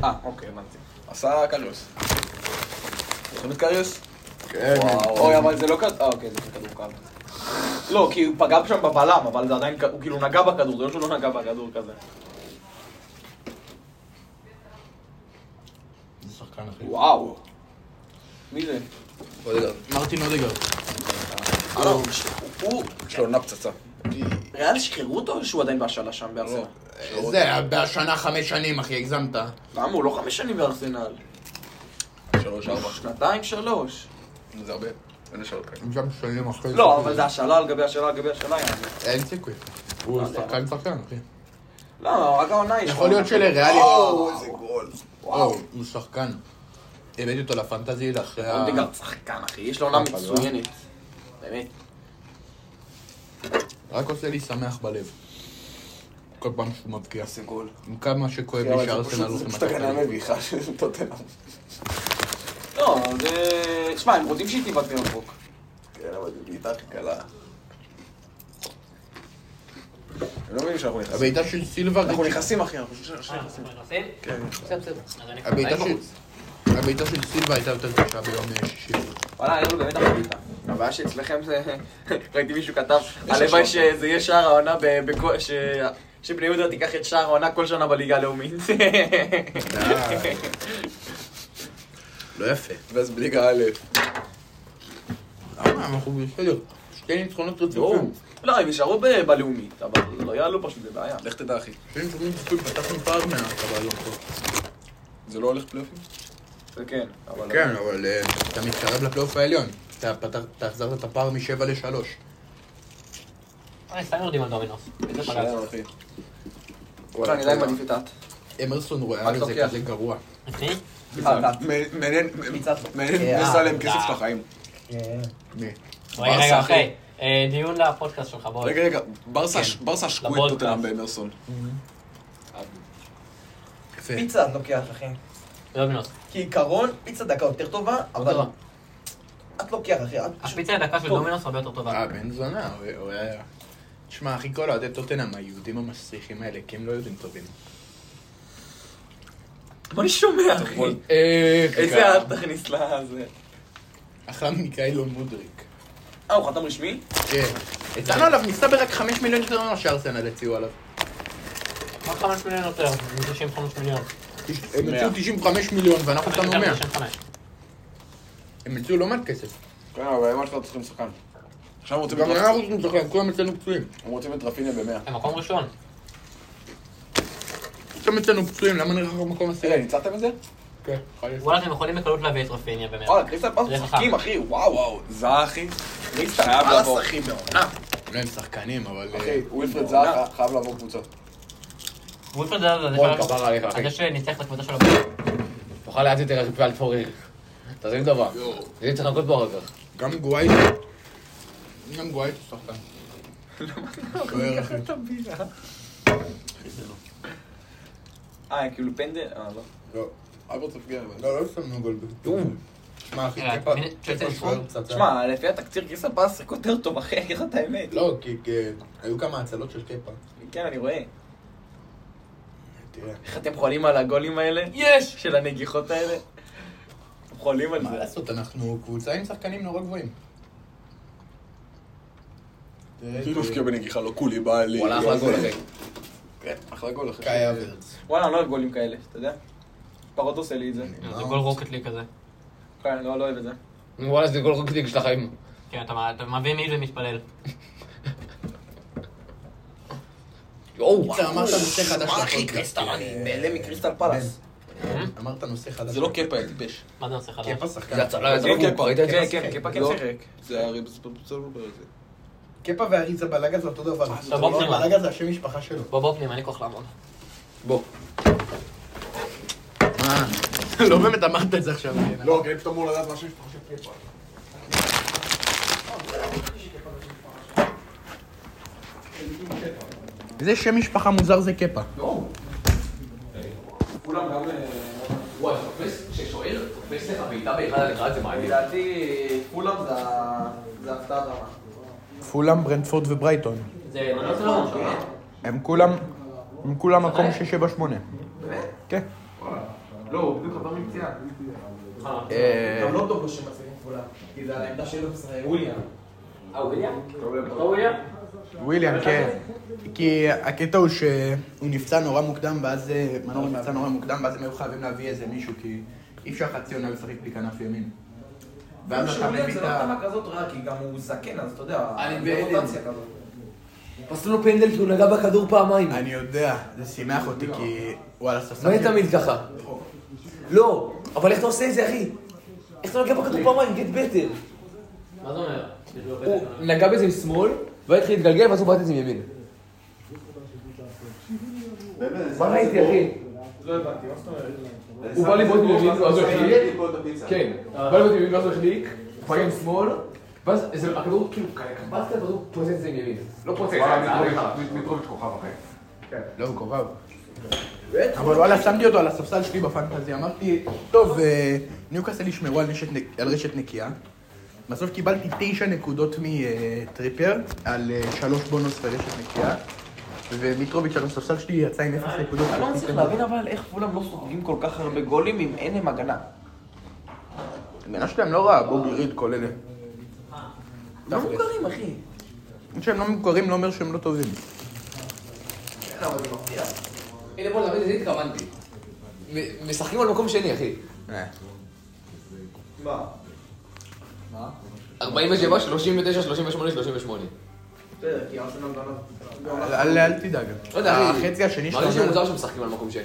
B: אה, אוקיי, הבנתי.
J: עשה קריוס. זוכרים את קריוס?
B: כן. אוי, אבל זה לא כדור... אה, אוקיי, זה כן כדור קל. לא, כי הוא פגע שם בבלם, אבל זה עדיין... כ- הוא כאילו נגע בכדור, זה לא שהוא לא נגע בכדור כזה.
D: זה שחקן אחי.
B: וואו. מי זה?
D: מרטין אודגרד.
B: אה, לא. הוא...
J: יש לו עונה פצצה. לא.
B: ריאל שחררו אותו או שהוא עדיין בהשאלה שם בארסנל?
D: זה היה בשנה חמש שנים אחי, הגזמת.
B: למה? הוא לא חמש שנים בארסנל.
J: שלוש, ארבע.
B: שנתיים, שלוש.
J: זה הרבה. אין לשאול כאן.
D: הם שם שנים
J: כן,
D: אחרי זה.
B: לא, אבל זה השאלה על גבי השאלה על גבי השאלה. יעני.
D: אין סיכוי. הוא
B: לא יודע.
D: שחקן שחקן אחי.
B: לא, רק העונה יש.
D: יכול להיות שלריאלי...
J: וואו, איזה גול.
D: וואו, הוא שחקן. הבאתי אותו לפנטזי לאחרי ה...
B: אודגרד שחקן, אחי. יש לו עונה מצוינת. באמת.
D: רק עושה לי שמח בלב. כל פעם שהוא מבקיע.
J: איזה גול.
D: עם כמה שכואב
J: אבל זה
D: לי
J: פשוט-
D: שארסנל
J: זה
D: הולכים
J: פשוט הגנה
D: לטוטנאם.
J: מביכה של טוטנאם.
B: לא, זה... תשמע, הם רוצים שהיא תיבד מרחוק.
J: כן, אבל זה בעיטה הכי קלה. הם לא מבינים שאנחנו נכנסים.
D: הבעיטה של סילבה...
J: אנחנו נכנסים, אחי, אנחנו חושבים
A: אה, אנחנו נכנסים?
J: כן.
A: בסדר, בסדר. אז אני
D: הבעיטה
A: כבר-
D: של... הבעיטה של סילבה הייתה יותר קשה ביום אה, שישי.
B: וואלה, היה לו באמת החליטה. הבעיה שאצלכם זה... ראיתי מישהו כתב, הלוואי שזה יהיה שער העונה ב- בכל- ש... שבני יהודה תיקח את שער העונה כל שנה בליגה הלאומית.
J: אה.
D: די. לא יפה.
J: ואז בליגה א',
D: למה? אנחנו בסדר. שתי ניצחונות רצופים.
B: לא, הם ישארו ב- בלאומית, אבל לא יעלו פשוט, זה בעיה.
J: לך תדע, אחי. לא
D: שתי ניצחונות רצופים, פתחנו פער מהקבל יום טוב.
J: זה לא הולך פלייאופים?
B: זה כן, אבל...
D: כן, אבל אה, אתה מתקרב לפלייאוף העליון. אתה פתח- אתה החזרת את הפער משבע לשלוש.
A: אה, סתם יורדים על דומינוס. איזה פגז.
J: שלום, אחי.
B: וואלה, אני עדיין מעדיף את האט.
D: אמרסון רואה
B: רק
D: על זה
B: לוקח.
D: כזה גרוע.
A: אצלי?
B: אה,
J: מעניין, מעניין, נסלם כסף של החיים.
D: מי?
A: אה, רגע,
J: ברסה,
A: רגע,
J: אחי.
A: אחי. אה, דיון לפודקאסט שלך, בואי.
J: רגע, רגע,
D: כן.
J: ברסה ברסה שקו את
A: לבולקאסט.
J: טוטנאם באמרסון.
D: יפה.
G: פיצה לוקח, אחי.
A: דומינוס.
G: כי עיקרון, פיצה דקה יותר טובה, אבל
D: לא.
A: טובה.
G: את לוקח, אחי.
J: אה.
G: את פשוט...
A: הפיצה הדקה של דומינוס הרבה יותר טובה.
D: אה, בן זונה, הוא- הוא היה... תשמע, אחי, כל אוהדי טוטנאם, היהודים המסריחים האלה, כי הם לא יודעים טובים.
B: מה אני שומע, אחי? איזה
D: כיכר.
B: האט תכניס לזה?
D: אה, אחלה ממיכאלו מודריק.
B: אה, הוא חתם רשמי?
D: כן. הצענו עליו מסתבר רק 5 מיליון לא, יותר ממה שארסנל הציעו עליו.
A: מה 5 מיליון יותר? 95 מיליון.
D: הם הציעו 95 מיליון ואנחנו שמנו 100.
A: 95.
D: הם הציעו לא מעט כסף.
J: כן, אבל הם עכשיו צריכים שחקן. עכשיו הם רוצים
D: גם
J: את-
D: אנחנו רוצים לשחק, כולם אצלנו פצועים.
J: הם רוצים את רפיניה במאה.
A: הם מקום ראשון.
D: כולם אצלנו פצועים, למה נלך במקום
J: תראה,
D: עשירי?
J: ניצחתם את זה?
D: כן, יכול להיות.
A: וואלה, אתם יכולים בקלות להביא את רפיניה במאה.
J: וואלה, קריסטל פאס
A: זה חכם.
J: משחקים, אחי, וואו, וואו. זהה, אחי. קריסטל חייב
B: פאס,
J: לעבור.
B: אחי,
D: לא, הם שחקנים, אבל... אה,
J: אחי, ווילפרד זהה חייב לעבור קבוצה.
A: ווילפרד זה זה
E: בוא,
A: שלב-
E: כפר עליך, אחי.
A: זה שניצח את הקבוצה שלו.
E: תאכל לאט יותר, אז בכלל תפורר. תזרים דבר. זה צריך לחכות פה אחר כך.
D: גם גוואי... גם גוואי זה שחקן. לא, שוער, אחי.
B: לא, אה, כאילו פנדל? אה, לא.
D: לא,
J: אלברט ספגר, אבל.
D: לא, לא שמנו גול. שמע, אחי,
A: רגע,
D: צ'פה-
A: מי- צ'לסי
D: צ'פה שוער
A: ניצחו?
D: פצצה.
B: תשמע, לפי התקציר קריסטל פלאס שיחק יותר טוב, אחי, אני אגיד לך את האמת.
D: לא, כי כי היו כמה הצלות של קפה.
B: כן, אני רואה.
D: תראה.
B: איך אתם חולים על הגולים האלה?
A: יש!
B: של הנגיחות האלה? אתם חולים על
D: מה
B: זה.
D: לעשות, אנחנו קבוצה עם שחקנים נורא גבוהים. תראה,
J: כאילו הפקיע בנגיחה, לא כולי, בא לי.
E: וואלה, אחלה גול, אחי.
J: כן, אחלה גול, אחי.
D: קאי אברץ.
B: וואלה, אני לא אוהב גולים כאלה, אתה יודע? פחות עושה לי את זה.
J: אה.
A: זה גול רוקט לי כזה.
B: כן, לא לא אוהב את זה.
E: וואלה, זה גול רוקדיק של החיים.
A: כן, אתה אתה מביא מעיל ומתפלל.
E: יואו,
D: אתה אמרת נושא חדש
B: מה, אחי,
D: לפודקאסט.
B: קריסטל, אני בהלם מקריסטל פלאס.
D: אה? אמרת נושא חדש.
J: זה לא קפה, היה טיפש.
A: מה זה עושה חדש?
D: קפה שחקן.
E: זה הצלה, יצא
B: כן,
D: לא
E: לך כבר, ראית את
B: כן,
E: זה?
B: כן, כפה כן
J: לא.
B: שיחק.
J: זה היה ריבס בצלובר הזה.
D: קפה ואריזה בלאגה זה אותו דבר.
A: טוב, בוא פנימה.
D: בלאגה זה השם משפחה שלו.
A: בוא בוא פנימה, אין לי כוח לעמוד.
E: בוא.
D: מה? לא באמת אמרת את זה עכשיו.
C: לא, כי פתאום אמור לדעת משהו משפחה של קפה.
D: זה שם משפחה מוזר זה קפה.
B: כולם גם... אה,
K: וואי, תופס, כששוער תופס לך בעיטה באחד על אחד זה מעניין.
B: לדעתי, כולם זה ההפתעה הרמה.
D: פולאם, ברנדפורד וברייטון.
A: זה מנות לא נכון.
D: הם כולם, הם כולם מקום 6, 7, 8. כן.
L: לא, הוא בדיוק עבר מפציעה.
D: אה,
M: גם לא טוב לו שמצליחים כולם, כי זה על העמדה שלו, זה ווליאם.
A: אה, וויליה? לא וויליה?
D: וויליאם, כן. כי הקטע הוא שהוא נפצע נורא מוקדם, ואז אה, מנור נפצע נורא מוקדם, ואז הם היו חייבים להביא איזה מישהו, כי אי אפשר חצי עונה לשחק בלי כנף ימין. ואז אתה
M: שוליאן
D: מביא
M: זה
D: את
M: לא
D: ה...
M: התאמה כזאת רעה, כי גם הוא זקן, אז אתה יודע,
L: אני
M: זה
L: בהלם.
M: רוטציה כזאת.
E: פסלו לו פנדל כי הוא נגע בכדור פעמיים.
D: אני יודע, זה שימח אותי, כי... וואלה,
E: לא
D: ספסל...
E: יהיה תמיד ככה. לא, אבל איך אתה עושה את זה, אחי? איך אתה נגע בכדור פעמיים? גט בטר.
A: מה זה אומר?
E: הוא נגע בזה עם שמאל, והיה התחיל להתגלגל, ואז הוא בעט את זה עם ימין.
C: באמת,
E: מה ראיתי, אחי?
C: לא הבנתי, מה זאת אומרת?
E: הוא בא לבעוט מימין, ואז הוא החליק.
C: בוא תפיצה.
E: כן. בא לבעוט ימין, ואז הוא החליק, פגע עם שמאל, ואז איזה- הכדור כאילו קבלת, ואז הוא פוצץ את זה עם ימין. לא פוצץ, זה היה הצעה.
L: מיטרוביץ' כוכב אחר.
D: לא, הוא כוכב. אבל וואלה, שמתי אותו על הספסל שלי בפנטזי, אמרתי, טוב, אה, ניוקאסל ישמרו על נשת נק- על רשת נקייה. בסוף קיבלתי תשע נקודות מטריפר, על אה, שלוש בונוס ברשת נקייה. ומיטרוביץ' על הספסל שלי יצא עם אפס נקודות.
N: אני לא מצליח להבין אבל איך כולם לא סופגים כל כך הרבה גולים אם אין להם הגנה.
D: המדינה שלהם לא רעה, בובי ריד, כל אלה.
N: לא מוכרים, אחי.
D: זה שהם לא מוכרים לא אומר שהם לא טובים.
E: הנה בוא נדבר לזה התכוונתי. מ- משחקים על מקום שני, אחי.
D: אה.
C: מה?
E: 47, 39, 38, 38.
M: בסדר, כי ארסנל בנות.
D: אל- אל אל תדאג.
E: לא יודע, אחי.
D: החצי השני של
E: מרגיש לי
D: העונה...
E: מוזר שמשחקים על מקום שני.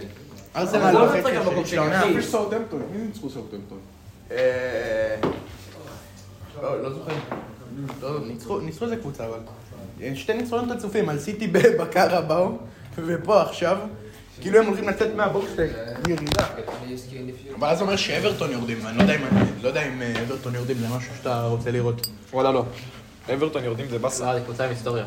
D: ארסנל
M: לא
D: בחצי
M: משחק על
D: השני אה,
M: מקום
D: של
M: שני,
D: העונה.
M: אחי.
B: יש סאוטהמפטון, מי ניצחו סאוטהמפטון?
D: אה, לא לא זוכר. לא, ניצחו- ניצחו איזה קבוצה אבל. אה, שתי ניצחונות רצופים על סיטי בבקרה באו, ופה עכשיו. כאילו הם הולכים לצאת מהבוקס לירידה. אבל אז אומר שאברטון יורדים, אני לא יודע אם- לא יודע אם אה, אברטון יורדים זה משהו שאתה רוצה לראות.
B: וואלה לא. אברטון יורדים זה באסה.
A: לא, זה קבוצה עם היסטוריה.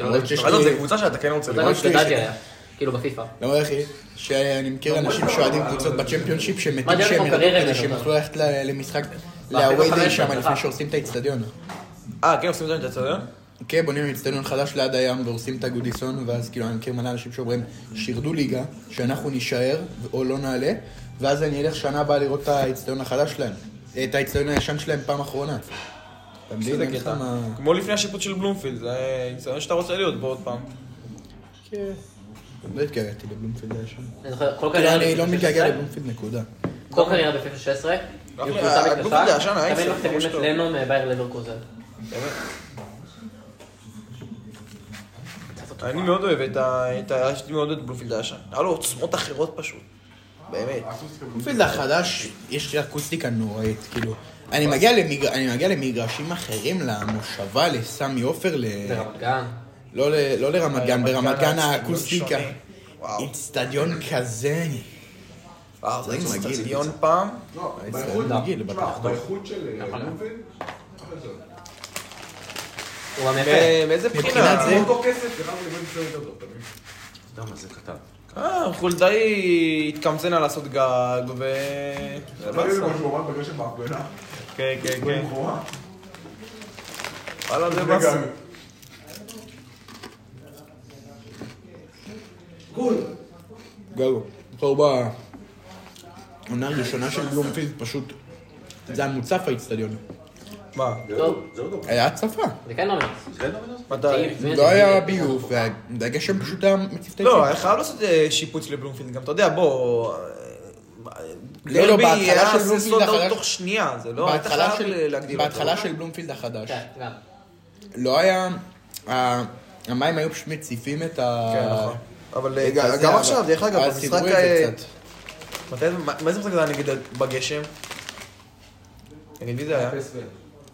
D: למרות שיש
A: אבל
D: לי-
N: קבוצה שאתה כן רוצה
A: קבוצה עם שגדלי היה, כאילו בפיפא.
D: לא אומר אחי, שאני מכיר אנשים שאוהדים קבוצות בצ'מפיונשיפ
A: מה
D: שמתים
A: דרך
D: שהם
A: הקריירה
D: ירדו כדי
A: הזאת?
D: שהם יוכלו ללכת ל- למשחק,
A: בחמש
D: להווי דיי שם
A: מטר.
D: לפני שהורסים את האיצטדיון.
N: אה, כן עושים את זה אתה יודע?
D: כן, בונים איצטדיון חדש ליד הים והורסים את הגודיסון, ואז כאילו אני מכיר מלא אנשים שאומרים, שירדו ליגה, שאנחנו נישאר או לא נעלה, ואז אני אלך שנה הבאה לראות את האיצטדיון החדש שלהם, את האיצטדיון הישן שלהם פעם אחרונה. אתה מבין? אין לך מה-
B: כמו לפני השיפוט של בלומפילד, זה ניסיון שאתה רוצה להיות בו עוד פעם.
D: כן. לא התגעגעתי לבלומפילד הישן.
A: אוקיי, אני זוכר, כל
D: כאילו,
A: קריירה
D: אני לא
A: בפיפא
D: מתגעגע
A: 16,
D: לבלומפילד, נקודה.
A: כל קריירה בפיפא 16, עם קבוצה
B: הגוף הזה ישן,
A: מתקפה,
B: האייס,
A: תמיד מחתימים
B: ממש
A: את
B: טוב.
A: לנו מבייר לברקוזן.
B: אני מאוד אוהב את ה... את ה... יש לי מאוד את בלומפילד הישן. היה לו עוצמות אחרות פשוט. באמת.
D: בלומפילד החדש, יש לי אקוסטיקה נוראית, כאילו. אני מגיע, למגר... אני מגיע למגרשים אחרים, למושבה, לסמי עופר, ל...
A: ברמת גן.
D: לא, ל... לא לרמת גן, ברמת גן
B: האצטדיון
D: האקוסטיקה.
B: שונה. וואו.
D: איצטדיון כזה, אני...
B: וואו, זה
D: מגעיל,
B: אצטדיון פעם.
C: לא,
D: ישראל מגעיל,
C: באיכות-
D: בטח.
C: תשמע, באיכות של אה, לובין,
A: הוא גם
D: כן.
A: יפה.
B: אה, מאיזה
D: מבחינת
B: בחינה?
D: זה,
C: אותו כסף, זה רק לובין שלו יותר טוב, אתה מבין?
B: אה, חולדאי התקמצנה לעשות גג ו... זה לא
C: אתה מבין מה
B: באסה.
C: שהוא אמר בגלל שבהפגנה,
B: כן, כן, כן.
C: במכורה,
B: וואלה, זה
C: זה
B: באסה.
C: גם-
D: גלו, זוכר בעונה הראשונה של בלומפילד, פשוט... זה היה מוצף האיצטדיון.
B: מה?
A: טוב,
D: היה הצפה.
A: זה כן לא מנס.
B: מתי?
D: לא היה ביוב, והגשם פשוט היה מצפתי
B: לא, היה חייב לעשות אה, שיפוץ לבלומפילד גם, אתה יודע, בוא... אה,
D: לא, לא, בהתחלה של בלומפילד
B: החדש...
D: החדש-
B: תוך שנייה, זה לא... אתה
D: בהתחלה
B: חייב
D: של-
B: להגדיל אותו.
D: בהתחלה של בלומפילד החדש.
A: כן, גם.
D: לא היה... ה- המים היו פשוט מציפים את ה...
B: כן, נכון. אבל אה,
D: את הזה,
B: גם
D: אבל-
B: עכשיו, דרך אגב,
D: אז
B: המשחק...
D: סידרו את זה
B: אה,
D: קצת.
B: מתי זה- מה- מאיזה משחק זה היה נגד ה- בגשם? נגד מי זה היה?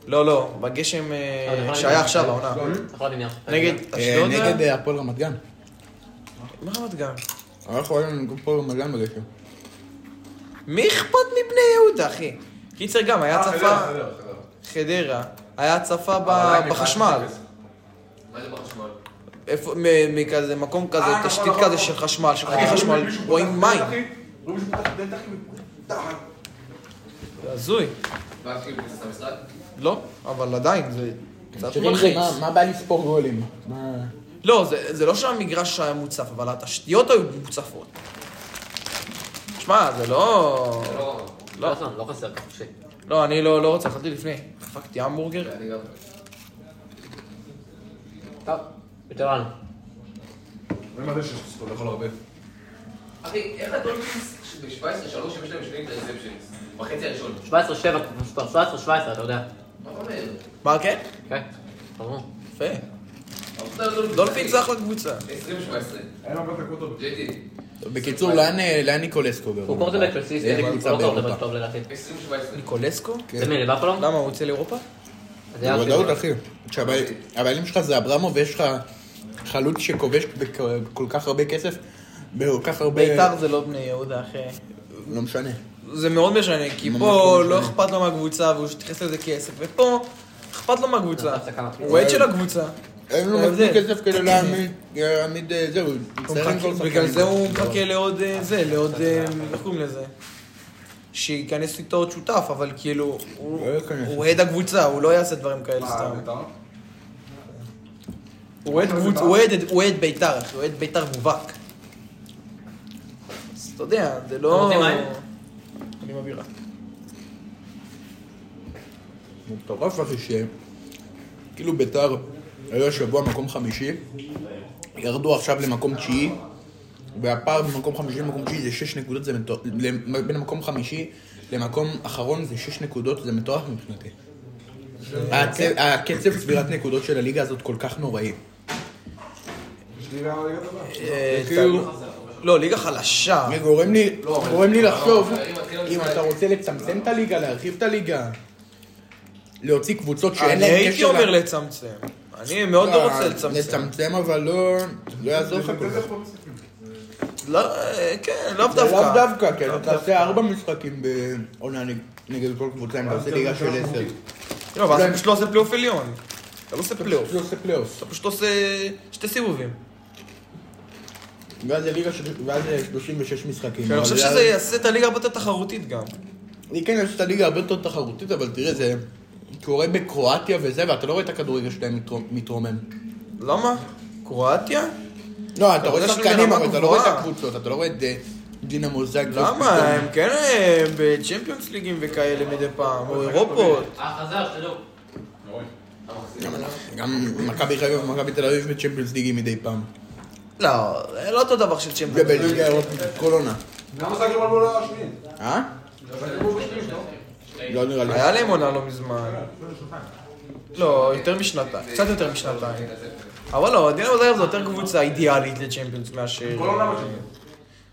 B: לא, לא, בגשם אה,
A: אבל יכול
B: שהיה
A: להיות.
B: עכשיו, העונה.
C: לא,
A: נכון, אני מניח.
B: נגד
D: אה,
B: אשדוד? זה היה?
D: נגד אה, הפועל רמת גן.
B: מה רמת גן?
D: אנחנו היינו נגד הפועל רמת גן בגשם.
B: מי אכפת מבני יהודה, אחי? קיצר גם, היה
C: אה,
B: הצפה...
C: חדרה, חדרה, חדרה.
B: חדרה. היה הצפה ב-
C: עדיין אחד
B: בחשמל.
C: אפס.
L: מה זה בחשמל?
B: איפה- מ- מכזה מקום
C: אה,
B: כזה,
C: נכון,
B: תשתית
C: נכון,
B: כזה
C: נכון.
B: של חשמל, של
C: אחי,
B: חוקי חשמל,
C: מישהו פותח
B: רואים
C: דלת,
B: מים.
C: אחי, רואים מישהו פותח דלת, אחי, מפותחת.
B: זה הזוי.
L: ואז כאילו נכנס למשחק?
B: לא, אבל עדיין, זה קצת
D: תראי,
B: מלחיץ.
D: מה- מה בא לספור גולים? מה...
B: לא, זה, זה לא שהמגרש היה מוצף, אבל התשתיות היו מוצפות. שמע, זה לא...
E: אוקיי,
A: לא, לא, לא חסר כבשי.
B: לא, אני לא, לא רוצה, אכלתי לפני. דפקתי המבורגר.
A: אני גם. טוב, וטרן.
C: אני מרגיש שאתה לאכול הרבה.
E: אחי, איך לא הדולפינס שב-17-3 יש להם שני אינטרספשנס? בחצי הראשון.
A: 17-7, 17-17, אתה יודע.
E: מה אתה אומר?
B: מה כן?
A: כן, חזרו.
B: יפה.
E: עבודה לדולפינס,
D: לא
B: דולפינס זה
E: אחי.
B: אחלה קבוצה.
E: 20-17.
C: אין לו בטח אותו.
E: ג'יידי,
D: בקיצור, לאן- אה, לאן ניקולסקו גרוע? אה,
A: הוא קורטבק של סיסטי,
D: איזה
A: הוא
D: קבוצה כן.
A: לא
D: באירופה?
A: קורטבק טוב לדעתי.
E: 20-17.
B: ניקולסקו?
A: זה מי, לבאפלו?
B: למה, הוא יוצא לאירופה?
A: זה היה
D: בוודאות,
A: אפילו.
D: אחי. כשהבעל- הבעלים שלך זה אברמו ויש לך חלוץ שכובש בכ- בכל כך הרבה כסף, בכל כך הרבה...
B: ביתר זה לא בני יהודה, אחי.
D: לא משנה.
B: זה מאוד משנה, כי
D: ממש
B: פה
D: לא
B: לא
D: משנה.
B: אכפת לו מהקבוצה והוא התייחס לזה כסף, ופה אכפת לו מהקבוצה.
A: הפסקה.
B: הוא אוהד של הקבוצה.
D: אוקיי. אין לו
B: זה
D: מספיק
B: ההבדל.
D: לא כסף כדי להעמיד, להעמיד, אה, זהו,
B: הוא
D: צריך
B: מחכה-
D: למכור שחקנים. לא,
B: בגלל זה הוא מחכה לעוד אה, זה, לעוד... אה, איך קוראים לזה? שייכנס איתו עוד שותף, אבל כאילו, הוא
D: לא ייכנס.
B: הוא אוהד הקבוצה, הוא לא יעשה דברים כאלה
C: מה,
B: סתם.
C: בית"ר?
B: הוא אוהד קבוצ- הוא אוהד- הוא אוהד ביתר, אחי, הוא אוהד ביתר מובהק. אז אתה יודע, זה
A: אתם
B: לא...
A: רוצים מים?
B: אני מבירה.
D: הוא מטורף אחי ש... כאילו ביתר היו השבוע מקום חמישי, ירדו עכשיו למקום תשיעי, והפער בין מקום חמישי למקום תשיעי זה שש נקודות, זה מטורף, בין מקום חמישי למקום אחרון זה שש נקודות, זה מטורף מבחינתי. הקצב- הקצב צבירת נקודות של הליגה הזאת כל כך נוראי.
C: שלילה ליגת הבא.
B: אה,
D: כאילו-
B: לא, ליגה חלשה.
D: זה גורם לי, גורם לי לחשוב, אם אתה רוצה לצמצם את הליגה, להרחיב את הליגה, להוציא קבוצות שאין
B: אני
D: להן
B: אה, הייתי
D: קשר...
B: אומר
D: ל-
B: לצמצם. אני מאוד לא רוצה לצמצם.
D: לצמצם, אבל לא... לא יעזור לך כל
C: זה דרך
D: כך.
C: במשחקים.
B: לא, אה, כן, לאו
D: זה לאו
B: דווקא.
D: דווקא, כי אתה תעשה ארבע משחקים בעונה נג- נגד כל קבוצה, אם אתה עושה ליגה של עשר.
B: לא, אבל אתה
D: אולי-
B: פשוט לא עושה פלייאוף עליון. אתה לא עושה פלייאוף.
D: זה עושה פלייאוף.
B: אתה פשוט עושה שתי סיבובים.
D: ואז זה ליגה של... ואז זה 36 משחקים.
B: אני חושב
D: כן, אבל
B: שזה יעשה את הליגה הרבה יותר תחרותית גם.
D: אני כן אעשה את הליגה הרבה יותר תחרותית, אבל תראה, זה קורה בקרואטיה וזה, ואתה לא רואה את הכדורגל שלהם מתרום- מתרומם.
B: למה? קרואטיה?
D: לא, אתה רואה
B: יש
D: שחקנים,
B: לרמה
D: אבל אתה לא רואה את
B: גבוהה.
D: הקבוצות, אתה לא רואה את אה, דינמו זאגרב.
B: למה?
D: פתאום.
B: הם כן אה, בצ'מפיונס ליגים וכאלה מדי פעם, או אירופות.
A: אה, חזר, שתדעו.
D: גם מכבי חיפה ומכבי תל אביב בצ'מפיונס ליגי מדי פעם.
B: לא, זה לא אותו דבר של צ'מפיונס.
D: ובליגה האירופית כל עונה.
C: למה זה הגרמל לא היה השני?
D: אה? לא נראה לי.
B: היה להם עונה לא מזמן. לא, יותר משנתיים, קצת יותר משנתיים. אבל לא, דינמו זאגרב זה יותר קבוצה אידיאלית לצ'מפיונס מאשר...
C: כל עונה בצ'מפיונס.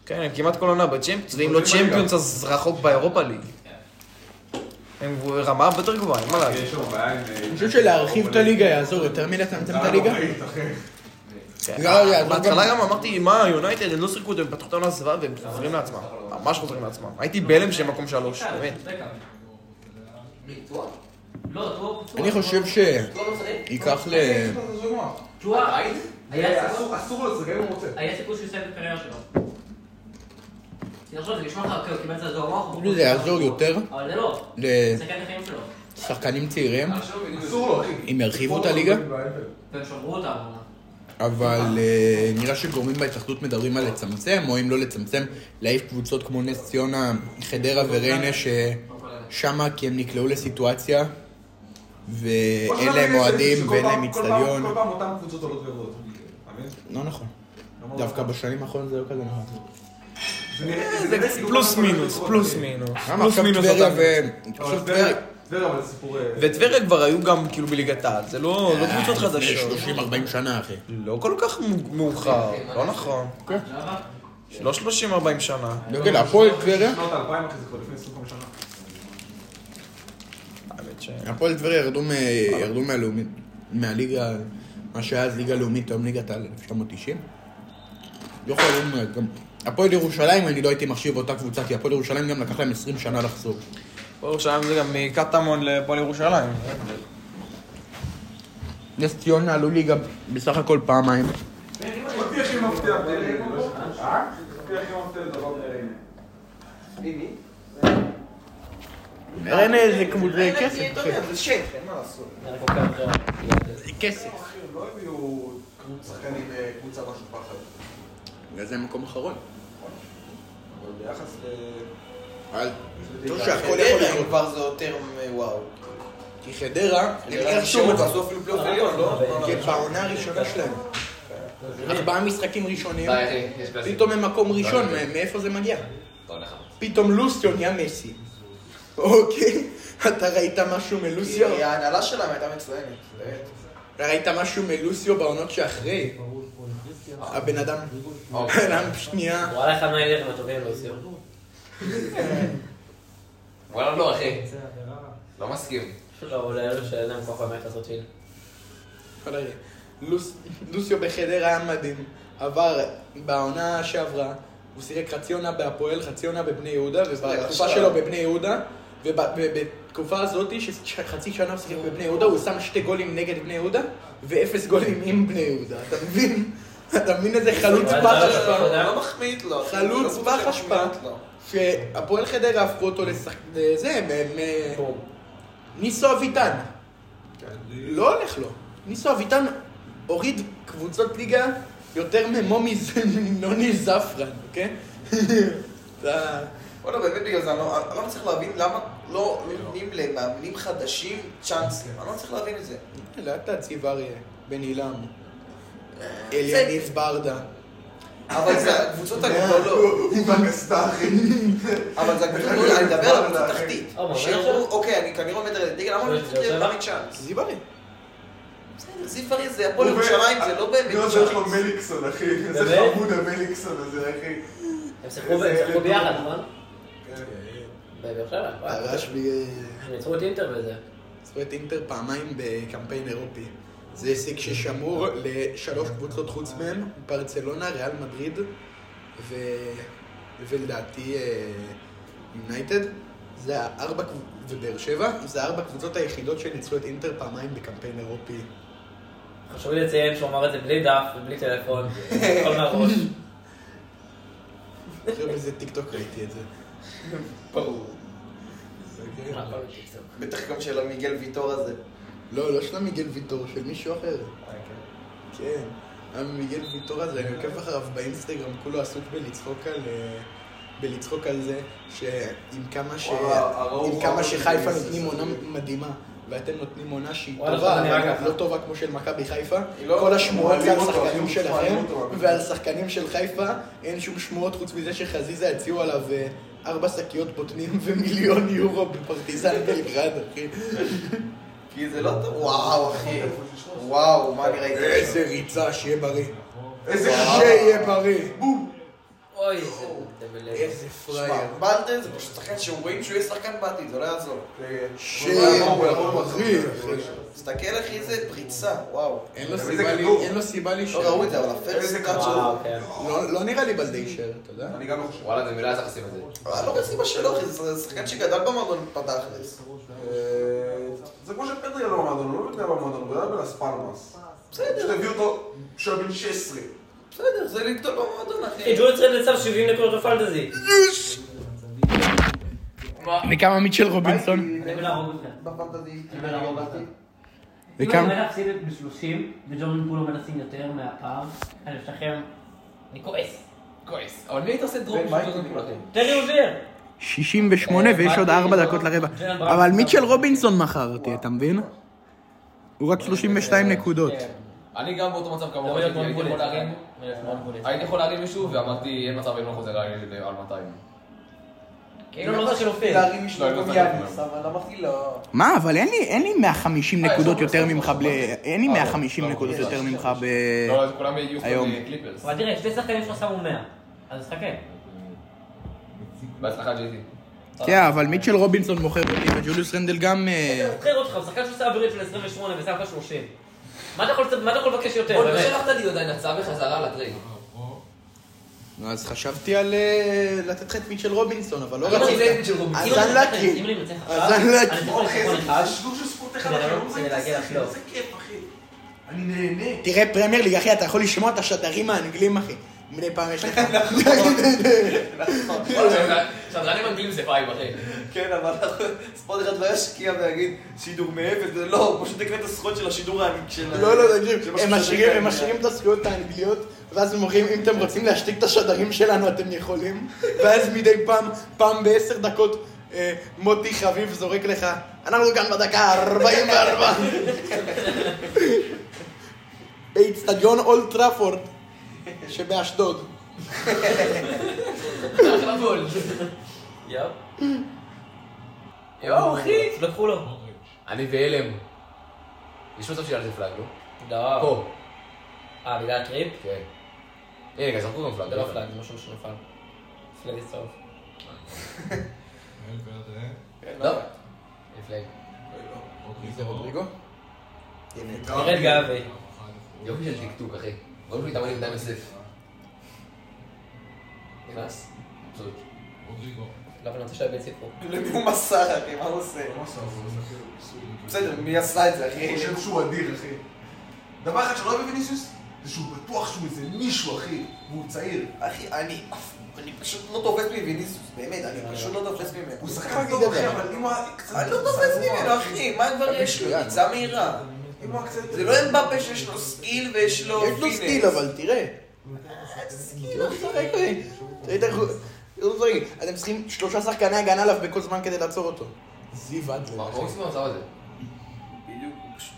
B: כן, הם כמעט כל עונה בצ'מפיונס, ואם לא צ'מפיונס אז רחוק באירופה ליג. הם רמה הרבה יותר גבוהה, אין מה להגיד.
C: יש לו בעיה עם...
D: אני חושב שלהרחיב את הליגה יעזור יותר
C: לא.
D: מלצמצם את הליגה. יעזור גם-
B: כן. בהתחלה לא, גם אמרתי, מה, יונייטד, הם לא שיחקו אותם, הם פתחו את העונה הסביבה והם חוזרים לעצמם. ממש חוזרים לעצמם. הייתי בהלם שהם מקום
A: כן,
B: שלוש, באמת.
A: לא,
D: אני חושב שייקח ל...
A: תשואה, היה סיכוי-
C: אסור לו לשחק אם הוא רוצה.
A: היה סיכוי שהוא יסיים את הקריירה שלו. תחשוב, זה נשמע לך, כאילו, קיבל את זה זוהר מוח.
D: אולי זה יעזור יותר. כן.
A: אבל זה לא. זה
D: לשחקנים
A: כאן החיים שלו.
D: צעירים,
C: אסור לו, אחי.
D: אם ירחיבו את הליגה,
A: והם שברו אותה.
D: אבל אה, נראה שגורמים בהתאחדות מדברים על לצמצם, או אם לא לצמצם, להעיף קבוצות כמו נס ציונה, חדרה וריינה, ששמה כי הם נקלעו לסיטואציה, ואין להם אוהדים ואין להם
C: כל פעם- כל
D: איצטדיון.
C: פעם אותן קבוצות עולות גבוהות. אתה מבין?
D: לא נכון.
C: למה-
D: דווקא בשנים האחרונות זה לא כזה נכון.
C: זה נראה- זה
B: אה, זה
C: נראה כאילו
B: פלוס
C: כל פעם
B: מינוס,
C: כל
B: פלוס
C: פעם.
B: מינוס.
D: למה
B: פלוס
D: עכשיו
B: מינוס
D: טבריה
B: אותם.
D: ו...
C: אבל
D: עכשיו
C: טבריה,
D: טבריה...
C: טבריה אבל זה סיפור... אה,
B: וטבריה כבר היו גם כאילו בליגת העל, זה לא לא קבוצות חדשות.
D: לפני 30-40 שנה, אחי.
B: לא כל כך מ- מאוחר, לא נכון. לא 30-40 שנה.
D: לא, כן, הפועל טבריה?
C: שנות האלפיים אחי, זה כבר לפני 25 שנה.
B: האמת ש...
D: הפועל טבריה ירדו מ- ירדו מהלאומית, מהליגה, מה שהיה אז ליגה לאומית, היום ליגת העל 1990. לא יכולים, גם... הפועל ירושלים, אני לא הייתי מחשיב אותה קבוצה, כי הפועל ירושלים גם לקח להם 20 שנה לחזור.
B: הפועל ירושלים זה גם מקטמון לפועל ירושלים.
D: נס ציונה עלו ליגה בסך הכל פעמיים.
C: אותי הכי מפתיע, אה? אותי הכי מפתיע זה דבר מריינה.
D: רנה זה כמו זה כסף,
B: תהיה
D: אחי.
B: טוב, זה שייח, אין מה לעשות.
A: אני כל כך רע.
D: זה כסף.
C: לא הביאו קבוצ- שחקנים אה, קבוצה משהו פחד.
D: בגלל זה מקום אחרון.
C: אבל ביחס ל...
D: אל
B: טוב
D: שהכל יכול
B: חדרה
D: לקרות.
B: אם כבר זה יותר מ- וואו.
F: כי חדרה,
B: הם
F: הם איכשהו
B: איכשהו
F: מצאו,
B: עשו אפילו פלייאוף עליון, לא?
F: כי בעונה הראשונה שלהם.
D: ארבעה משחקים ראשונים,
E: ביי, אחי, יש בעיה.
D: פתאום הם מקום ראשון, מא- מאיפה זה מגיע?
E: אתה הולך.
D: פתאום לוסיו נהיה מסי. אוקיי, אתה ראית משהו
B: כי
D: מלוסיו?
B: ההנהלה שלהם הייתה מצוינת. באמת.
D: ראית משהו מלוסיו בעונות שאחרי? הבן אדם,
E: אוקיי.
D: הבן אדם פשוט נהיה...
A: וואלה, אחד מהאידרים הטובים לא להוסיף.
E: וואלה לא אחי. לא מסכים.
A: לא, אולי אלו שאין להם כוח באמת לעשות היל.
D: וואלה, לוס- לוסיו בחדר היה מדהים, עבר בעונה שעברה, הוא שיחק חצי עונה בהפועל, חצי עונה בבני יהודה, ובתקופה שלו בבני יהודה, ובתקופה הזאת, שחצי שנה הוא שיחק בבני יהודה, הוא שם שתי גולים נגד בני יהודה, ואפס גולים עם בני יהודה, אתה מבין? אתה מבין איזה חלוץ
A: אבל
D: פח
A: זה-
D: אשפה?
A: אתה יודע?
B: לא מחמיאת לו. אחי.
D: חלוץ
B: לא
D: פח
B: בטוח
D: אשפה.
B: מחמיאת לו.
D: שהפועל חדרה הפכו אותו לשחק... זה, מ- מ-
A: בום.
D: ניסו אביטן. לא הולך לו. ניסו אביטן הוריד קבוצות ליגה יותר ממומי ז- נוני זפרן, אוקיי? אתה-
B: וואלה, באמת בגלל זה, אני לא אני לא מצליח להבין למה לא נותנים למאמנים חדשים
D: אוקיי.
B: צ'אנסים. אני לא מצליח להבין את זה.
D: לאט להציב אריה, בן עילם, אליניב ברדה.
B: אבל זה הקבוצות
D: לא.
B: הגדולות. אבל זה הקבוצות הגדולות, אני מדבר על
D: לא,
B: הקבוצה התחתית.
A: אה, ממש?
B: שאמרו, אוקיי, אני כנראה עומד על הדגל, למה לא נותנים
A: באר שבע?
B: לי צ'אנס?
D: זיברי.
B: בסדר, זיו אריה כן, זה הפועל ירושלים, זה לא באמת
C: לא, יש לו
B: צ'אנס.
C: מליקסון, אחי. איזה
A: באמת?
C: חמוד המליקסון הזה, אחי.
A: הם שיחקו ב- הם שיחקו ביחד, נכון?
C: כן.
A: בבאר שבע. וואי.
D: הרעש בי...
A: הם ניצחו את אינטר בזה.
D: זאת אומרת, אינטר פעמיים בקמפיין אירופי. זה הישג ששמור לשלוש קבוצות חוץ מהם, ברצלונה, ריאל מדריד, ו... ולדעתי אה, יונייטד. זה הארבע, קב- ובאר שבע, זה ארבע הקבוצות היחידות שניצלו את אינטר פעמיים בקמפיין אירופי.
A: חשוב לי לציין שהוא אמר את זה בלי דף ובלי טלפון. הכל מהראש.
D: עכשיו איזה טיק טוק ראיתי את זה.
B: ברור.
A: הכל בקיצור.
B: בטח גם של המיגל ויטור הזה.
D: לא, לא של המיגל ויטור, של מישהו אחר. כן. המיגל ויטור הזה, אני עוקב אחריו באינסטגרם, כולו עסוק בלצחוק על... אה, בלצחוק על זה שעם כמה, ש...
C: וואו, הרוב-
D: עם כמה
C: הרוב-
D: שחיפה
C: הרוב-
D: נותנים עונה מדהימה ואתם נותנים עונה שהיא
A: וואלה,
D: טובה,
A: זה נראה
D: אבל
A: ככה.
D: לא טובה כמו של מכבי חיפה,
C: היא לא-
D: כל השמועות זה על
C: מעלים אותו,
D: שחקנים
C: אחי,
D: שלכם
C: מעלים אותו, אבל-
D: ועל שחקנים של חיפה, אין שום שמועות חוץ מזה שחזיזה הציעו עליו אה, ארבע שקיות בוטנים ומיליון יורו בפרטיזן בלגרד, אחי.
B: כי זה לא טוב. וואו, אחי. וואו, מה אני ראיתי?
D: איזה ריצה, שיהיה בריא.
C: איזה
D: שיהיה בריא.
A: אוי, זה מבלבל.
D: איזה פראייר.
B: שמע, בלדן זה פשוט שחקן שרואים שהוא יהיה שחקן בעתיד, זה לא יעזור.
C: אה, לא,
D: שיהיה בריא.
B: תסתכל אחי איזה פריצה, וואו.
D: אין לו
C: איזה
D: סיבה לי-
C: כדור.
D: אין לו סיבה
B: לא
D: להישאר.
B: ראו את זה, אבל הפרס
C: איזה
B: קאט שלו.
A: וואו, כן.
D: לא- לא נראה לי בלדי יישאר, אתה יודע?
C: אני גם לא חושב.
E: וואלה זה מילה צריך לשים את זה.
B: אה, לא בסיבה שלו, אחי, זה שחקן שגדל במועדון בתכלס.
C: אה, זה כמו שפדרי לא במועדון, הוא לא מתנהל במועדון, הוא גדל בלס פלמאס.
B: בסדר,
C: שתביא אותו כשהוא בן 16.
B: בסדר, זה לגדול במועדון, אחי.
A: אחי, ג'ולס רדל שם 70 נקודות בפנטזי.
D: וכמה מיטשל רובינסון?
A: אני מלהרוג אותך.
B: בפנטזי.
A: אני מלהרוג אותך.
D: וכמה-
A: אם אני להפסיד ב-30 וג'ורדן פולו מנסים יותר מהפער, אני משתחרר, אני כועס.
E: כועס. אבל מי היית עושה דרום? בשביל זה כולכם?
A: תן לי אוזר.
D: 68 ויש עוד 4 דקות לרבע. אבל מיטשל רובינסון מכר אותי, אתה מבין? הוא רק 32 נקודות.
A: כן.
E: אני גם באותו מצב כמוך, הייתי יכול להרים הייתי יכול להרים מישהו ואמרתי אין מצב אם לא חוזר להרים על 200.
A: כאילו לא רוצה שנופל.
B: להרים משני
E: לא, לא
B: גם
E: זה
B: יאניס, אבל אמרתי לא.
D: מה, אבל אין לי- אין לי 150
E: אה,
D: נקודות
E: יש עוד
D: יותר
E: משחק,
D: ממך ב... אין לי
E: אה, לא,
D: 150
E: לא,
D: נקודות
E: לא,
D: יותר
E: לא,
D: ממך ב...
E: לא, אז כולם אה, יוסטון
D: אה. היום.
E: קליפרס.
A: אבל תראה, שני שחקנים שלך שמו 100, אז חכה.
E: בהצלחה ג'יזי.
D: כן, אבל מיטשל רובינסון מוכר אותי, וג'וליוס רנדל גם... אה,
A: אני זוכר אותך, הוא שחקן שעושה אווירית של 28 ושם לך 30. מה אתה יכול לצ- מה אתה יכול לבקש יותר?
E: בוא, לא
A: באמת?
E: שלחת לי עדיין הצעה בחזרה לטרייד.
D: נו, אז חשבתי על אה, לתת לך את מיטשל רובינסון, אבל לא
E: אני רוצה
D: רציתי.
E: את מיטשל רובינסון.
D: אז
A: אם אני
D: unlucky.
A: מנצח- אם אני מנצח עכשיו,
D: אז unlucky.
A: אני
B: אה,
A: יכול
B: נכון,
A: לנצח אחד.
C: זה שידור של ספורט אחד,
A: כדי
C: אחי,
A: לעלות-
C: לא מזהים
A: כדי
C: את
A: להגיע
C: השחקנים,
A: לפלייאוף.
C: איזה כיף, אחי. אני נהנה.
D: תראה פרמייר ליג, אחי, אתה יכול לשמוע את השדרים האנגלים, אחי. מדי פעם יש לך...
E: כן. וואלה, שדרנים אנגלים זה פייב אחי.
B: כן, אבל ספורט אחד לא ישקיע ויגיד שידור מאפס, לא, הוא פשוט יקנה את הזכויות של השידור האמיתי של...
D: לא, לא, תקשיב,
B: של
D: הם
B: משהו
D: משאירים-
B: שזה-
D: הם משאירים את הזכויות האנגליות, ואז הם אומרים, אם אתם רוצים להשתיק את השדרים שלנו, אתם יכולים. ואז מדי פעם, פעם בעשר דקות, אה, מוטי חביב זורק לך, אנחנו כאן בדקה 44. באיצטדיון אולט טראפורד שבאשדוד.
E: אחלה גול.
A: יאפ.
E: יואו, אחי.
A: לקחו לו.
E: אני והלם. יש מצב שעל זה פלאג, לא?
A: לא.
E: פה.
A: אה, בגלל הטריפ?
E: כן. הנה, גם זרקו גם פלאג.
A: זה לא פלאג, זה משהו שנפל. פלאג סוף.
B: כן,
E: לא. אין פלאג.
C: אוקיי.
A: נרד גבי.
E: יופי של טקטוק, אחי. גול שלי התאמן עם דן יוסף.
A: נכנס?
E: פשוט.
A: לא, אבל אני רוצה שהבן סיפור.
B: למי הוא מסר, אחי? מה הוא עושה? בסדר, מי עשה את זה, אחי?
C: אני חושב שהוא אדיר, אחי. דבר אחד שלא אוהב בוויניסיוס, זה שהוא בטוח שהוא איזה מישהו, אחי, והוא צעיר.
B: אחי, אני אני פשוט לא תופס מוויניסיוס, באמת, אני פשוט לא תופס ממנו.
C: הוא שחקן טוב, אחי, אבל אם הוא היה קצת...
B: אני לא תופס ממנו, אחי, מה כבר יש לו? ריצה מהירה.
C: אם הוא היה קצת...
B: זה לא אמבפה שיש לו סקיל ויש לו
D: יש לו
B: פינס.
D: סטיל, אבל תראה. הוא לא משחק, אחי. תראה את איך הוא- הוא זורק. אתם צריכים שלושה שחקני הגנה עליו בכל זמן כדי לעצור אותו. זיו
E: מה,
D: אדלר.
E: מה עושים במצב הזה?
B: בדיוק, הוא פשוט...